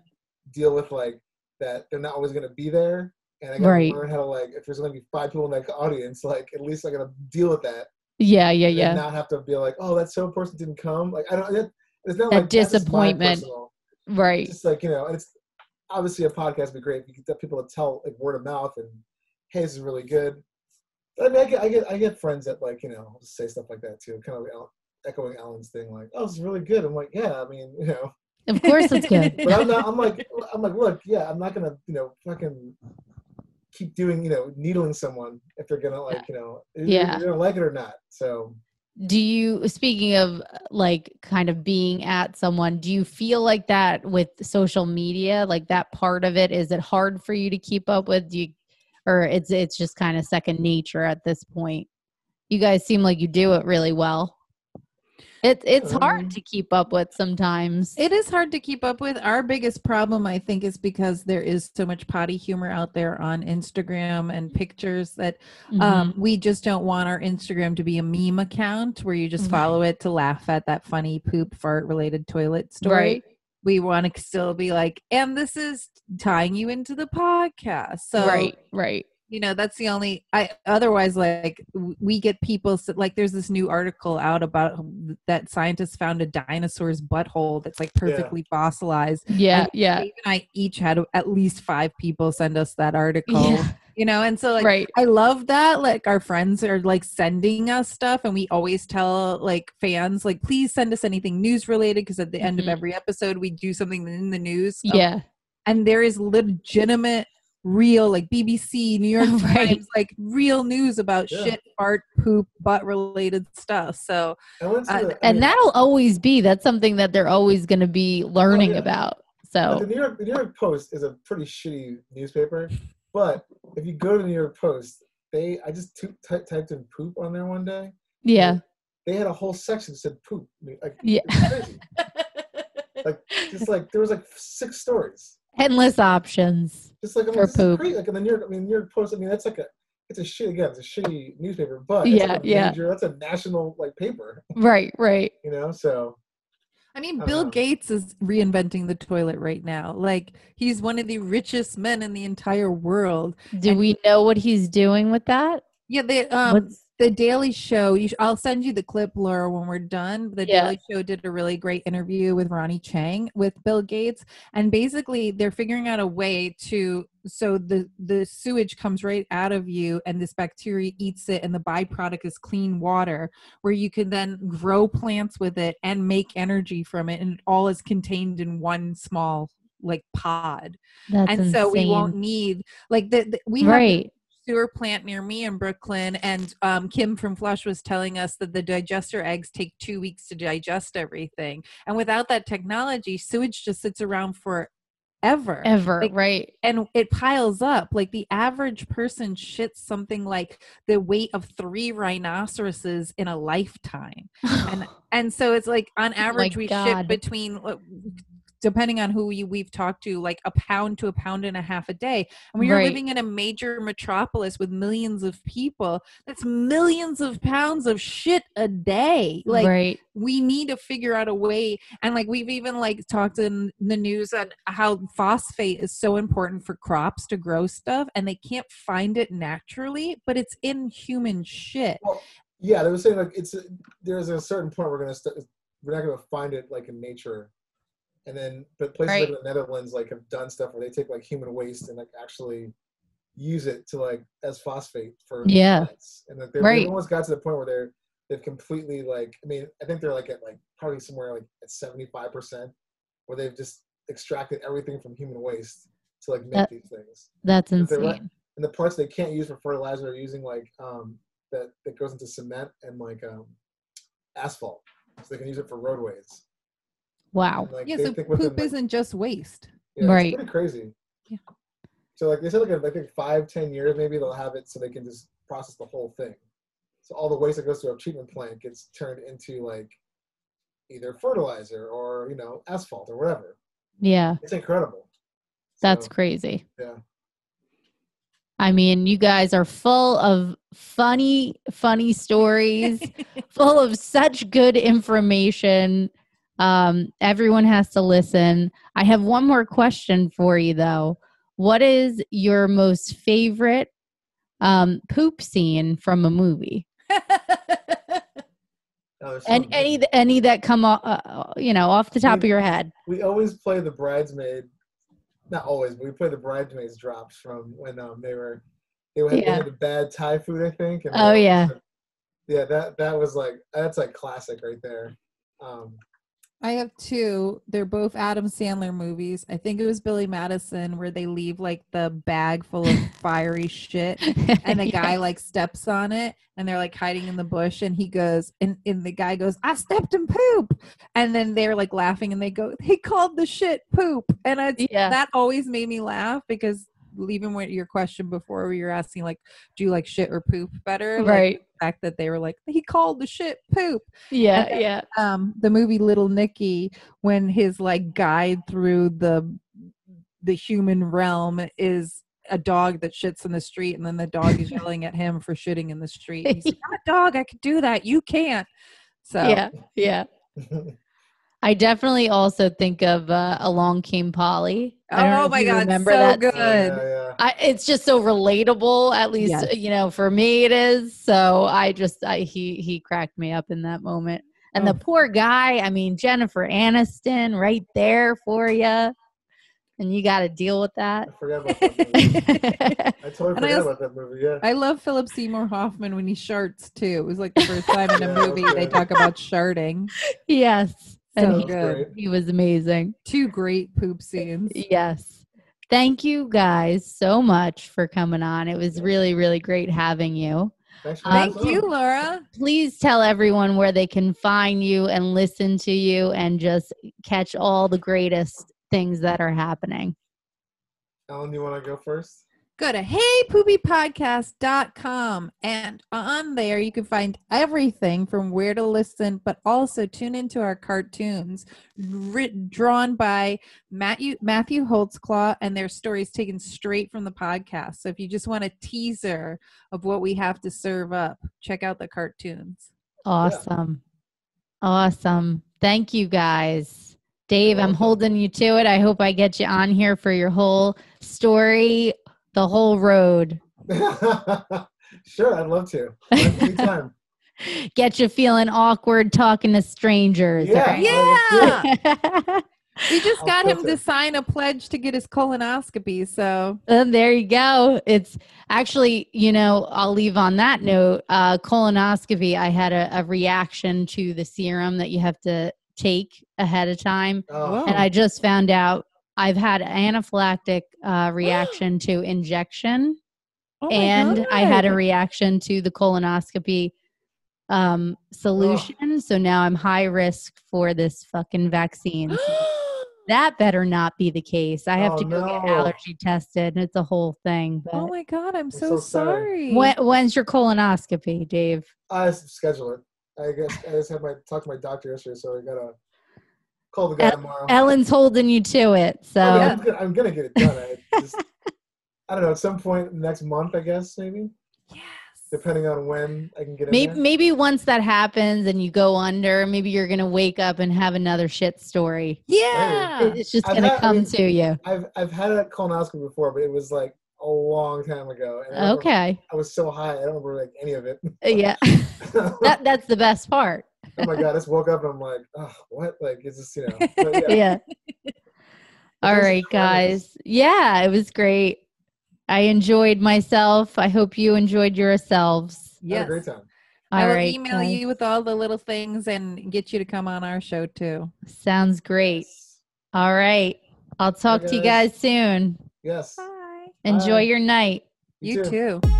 deal with like that they're not always going to be there. And I got to Right. learn how to like, if there's going to be five people in that audience, like at least I got to deal with that. Yeah. Yeah. and Yeah. Not have to be like, oh, that so person didn't come. Like, I don't, it, it's not That like that's just my disappointment. personal- right. It's just like, you know, and it's obviously a podcast would be great. if You could get people to tell like word of mouth and, hey, this is really good. But I mean, I get, I get, I get friends that like, you know, say stuff like that too, kind of el- echoing Alan's thing, like, oh, this is really good. I'm like, yeah, I mean, you know, Of course it's good. but I'm not, I'm like, I'm like, look, yeah, I'm not gonna, you know, fucking keep doing, you know, needling someone if they're gonna like, you know, either Yeah. they're gonna like it or not. So do you, speaking of uh, like kind of being at someone, do you feel like that with social media? Like that part of it, is it hard for you to keep up with? Do you, or it's, it's just kind of second nature at this point? You guys seem like you do it really well. It's, it's Um, hard to keep up with sometimes. It is hard to keep up with. Our biggest problem, I think, is because there is so much potty humor out there on Instagram and Mm-hmm. pictures that um, we just don't want our Instagram to be a meme account where you just Right. follow it to laugh at that funny poop fart related toilet story. Right. We want to still be like, and this is tying you into the podcast. So right, right. you know that's the only i otherwise like w- we get people s- like there's this new article out about that scientists found a dinosaur's butthole that's like perfectly fossilized Yeah, And yeah, Dave and i each had at least five people send us that article yeah. you know and so like right. I love that. Like our friends are like sending us stuff, and we always tell like fans, like, please send us anything news related because at the end of Mhm. every episode we do something in the news. Um, Yeah, and there is legitimate, real like BBC, New York Right. Times, like real news about Yeah. shit, fart, poop, butt related stuff. So I went to Uh, the, I mean, and that'll always be that's something that they're always going to be learning yeah. about. But the So New York, the New York Post is a pretty shitty newspaper. But if you go to the New York Post, they I just t- ty- typed in poop on there one day. yeah, They had a whole section that said poop. I mean, like, yeah, it's crazy. like just like there was like six stories. endless options. Just like I mean, For this is poop. crazy. Like in the New York, I mean, New York Post. I mean, that's like a it's a shit again. It's a shitty newspaper, but it's like Yeah, a yeah. major- that's a national like paper, Right, right. you know. So I mean, I Bill know. Gates is reinventing the toilet right now. Like he's one of the richest men in the entire world. Do And- we know what he's doing with that? Yeah, they um, What's- the Daily Show. You sh- I'll send you the clip, Laura, when we're done. The Yeah. Daily Show did a really great interview with Ronnie Chang with Bill Gates, and basically they're figuring out a way to so the the sewage comes right out of you, and this bacteria eats it, and the byproduct is clean water, where you can then grow plants with it and make energy from it, and it all is contained in one small like pod, that's and insane. so we won't need like the, the, we have right. sewer plant near me in Brooklyn, and um, Kim from Flush was telling us that the digester eggs take two weeks to digest everything, and without that technology, sewage just sits around forever. Ever. like, right. and it piles up. Like the average person shits something like the weight of three rhinoceroses in a lifetime. and- And so it's like on Oh my average, we God. shit between, uh, depending on who we, we've talked to, like a pound to a pound and a half a day. And when you're Right. living in a major metropolis with millions of people, that's millions of pounds of shit a day. Like right. we need to figure out a way and like we've even like talked in the news on how phosphate is so important for crops to grow stuff and they can't find it naturally but it's in human shit yeah, they were saying like it's a, there's a certain point we're gonna st- we're not gonna find it like in nature, and then but places Right. like the Netherlands like have done stuff where they take like human waste and like actually use it to like as phosphate for Yeah. plants. and like they've Right. they've almost got to the point where they're they've completely like I mean I think they're like at like probably somewhere like at seventy five percent where they've just extracted everything from human waste to like make That- these things That's If they're insane. right- and the parts they can't use for fertilizer they are using like um, that that goes into cement and like um, asphalt, so they can use it for roadways. Wow. And, like, yeah they so think within, poop like- isn't just waste yeah, it's Right. pretty crazy. Yeah. So like they said, like in, I think five, ten years maybe they'll have it so they can just process the whole thing. So all the waste that goes to a treatment plant gets turned into like either fertilizer or you know asphalt or whatever. Yeah. It's incredible. That's So, crazy. yeah. I mean, you guys are full of funny, funny stories, full of such good information. Um, everyone has to listen. I have one more question for you, though. What is your most favorite um, poop scene from a movie? oh, there's so And many. any any that come, o- uh, you know, off the top of your head. we always play the bridesmaid not always but we play the bridesmaids drops from when um, they were they had, they Yeah. had the bad thai food i think and Oh, they- yeah. yeah that that was like that's like classic right there um I have two. They're both Adam Sandler movies. I think it was Billy Madison where they leave like the bag full of fiery shit and the Yeah. guy like steps on it and they're like hiding in the bush and he goes and, and the guy goes i stepped in poop and then they're like laughing and they go he called the shit poop and I, yeah. that always made me laugh because even with your question before where you're asking like do you like shit or poop better like, Right. the fact that they were like he called the shit poop Yeah. Okay. Yeah. um the movie little nicky when his like guide through the the human realm is a dog that shits in the street and then the dog is yelling at him for shitting in the street And he's like, "I'm a dog i could do that you can't so Yeah. Yeah. I definitely also think of uh, Along Came Polly. I don't know Oh if my you God, remember so that good. scene. Yeah, Good. yeah. I, it's just so relatable, at least Yes. you know for me it is. So I just I, he he cracked me up in that moment. And Oh. the poor guy, I mean Jennifer Aniston, right there for you, and you got to deal with that. I forgot about that movie. I totally And I forgot also- about that movie. Yeah. I love Philip Seymour Hoffman when he sharts too. It was like the first time in a Yeah, movie they okay. talk about sharting. yes, and So That was he, good. great. he was amazing. Two great poop scenes. Yes. Thank you guys so much for coming on. It was really, really great having you. Thanks for Um, Thank having us you, on. Laura. Please tell everyone where they can find you and listen to you and just catch all the greatest things that are happening. Ellen, you want to go first? Go to heypoopypodcast.com and on there you can find everything from where to listen, but also tune into our cartoons writ- drawn by Matthew, Matthew Holtzclaw and their stories taken straight from the podcast. So if you just want a teaser of what we have to serve up, check out the cartoons. Awesome. Awesome. Thank you guys. Dave, I'm welcome. holding you to it. I hope I get you on here for your whole story, the whole road. sure, I'd love to. Anytime. Get you feeling awkward talking to strangers. Yeah. all Yeah. right? We just I'll got him put to it. sign a pledge to get his colonoscopy. So And Uh, there you go. It's actually, you know, I'll leave on that note. Uh, colonoscopy, I had a, a reaction to the serum that you have to take ahead of time. Oh, And I just found out I've had anaphylactic uh, reaction to injection, Oh my and I had a God. reaction to the colonoscopy um, solution. So now I'm high risk for this fucking vaccine. So that better not be the case. I have Oh, to go get no. allergy tested. and It's a whole thing. But Oh my God, I'm so, so sorry. sorry. when, when's your colonoscopy, Dave? I s- schedule it. I guess I just had my talk to my doctor yesterday, so I gotta call the guy El- tomorrow. Ellen's holding you to it. So Oh, I mean, I'm, gonna, I'm gonna get it done. I just, I don't know. At some point next month, I guess maybe, Yes. depending on when I can get in maybe, there. maybe once that happens and you go under, maybe you're going to wake up and have another shit story. Yeah. It- It's just I've going to had- I come mean- to you. I've I've had a colonoscopy before, but it was like a long time ago. And I remember Okay. I was so high, I don't remember like any of it. Yeah. oh that, that's the best part. my god! I just woke up and I'm like, oh, what? Like, is this you know? But, yeah. Yeah. All Those are right, the highlights. guys. Yeah, it was great. I enjoyed myself. I hope you enjoyed yourselves. I had a Yes. great time. All right. I will email guys. you with all the little things and get you to come on our show too. Sounds great. All right. I'll talk to you guys. guys soon. Yes. Bye. Enjoy Bye. your night. You too.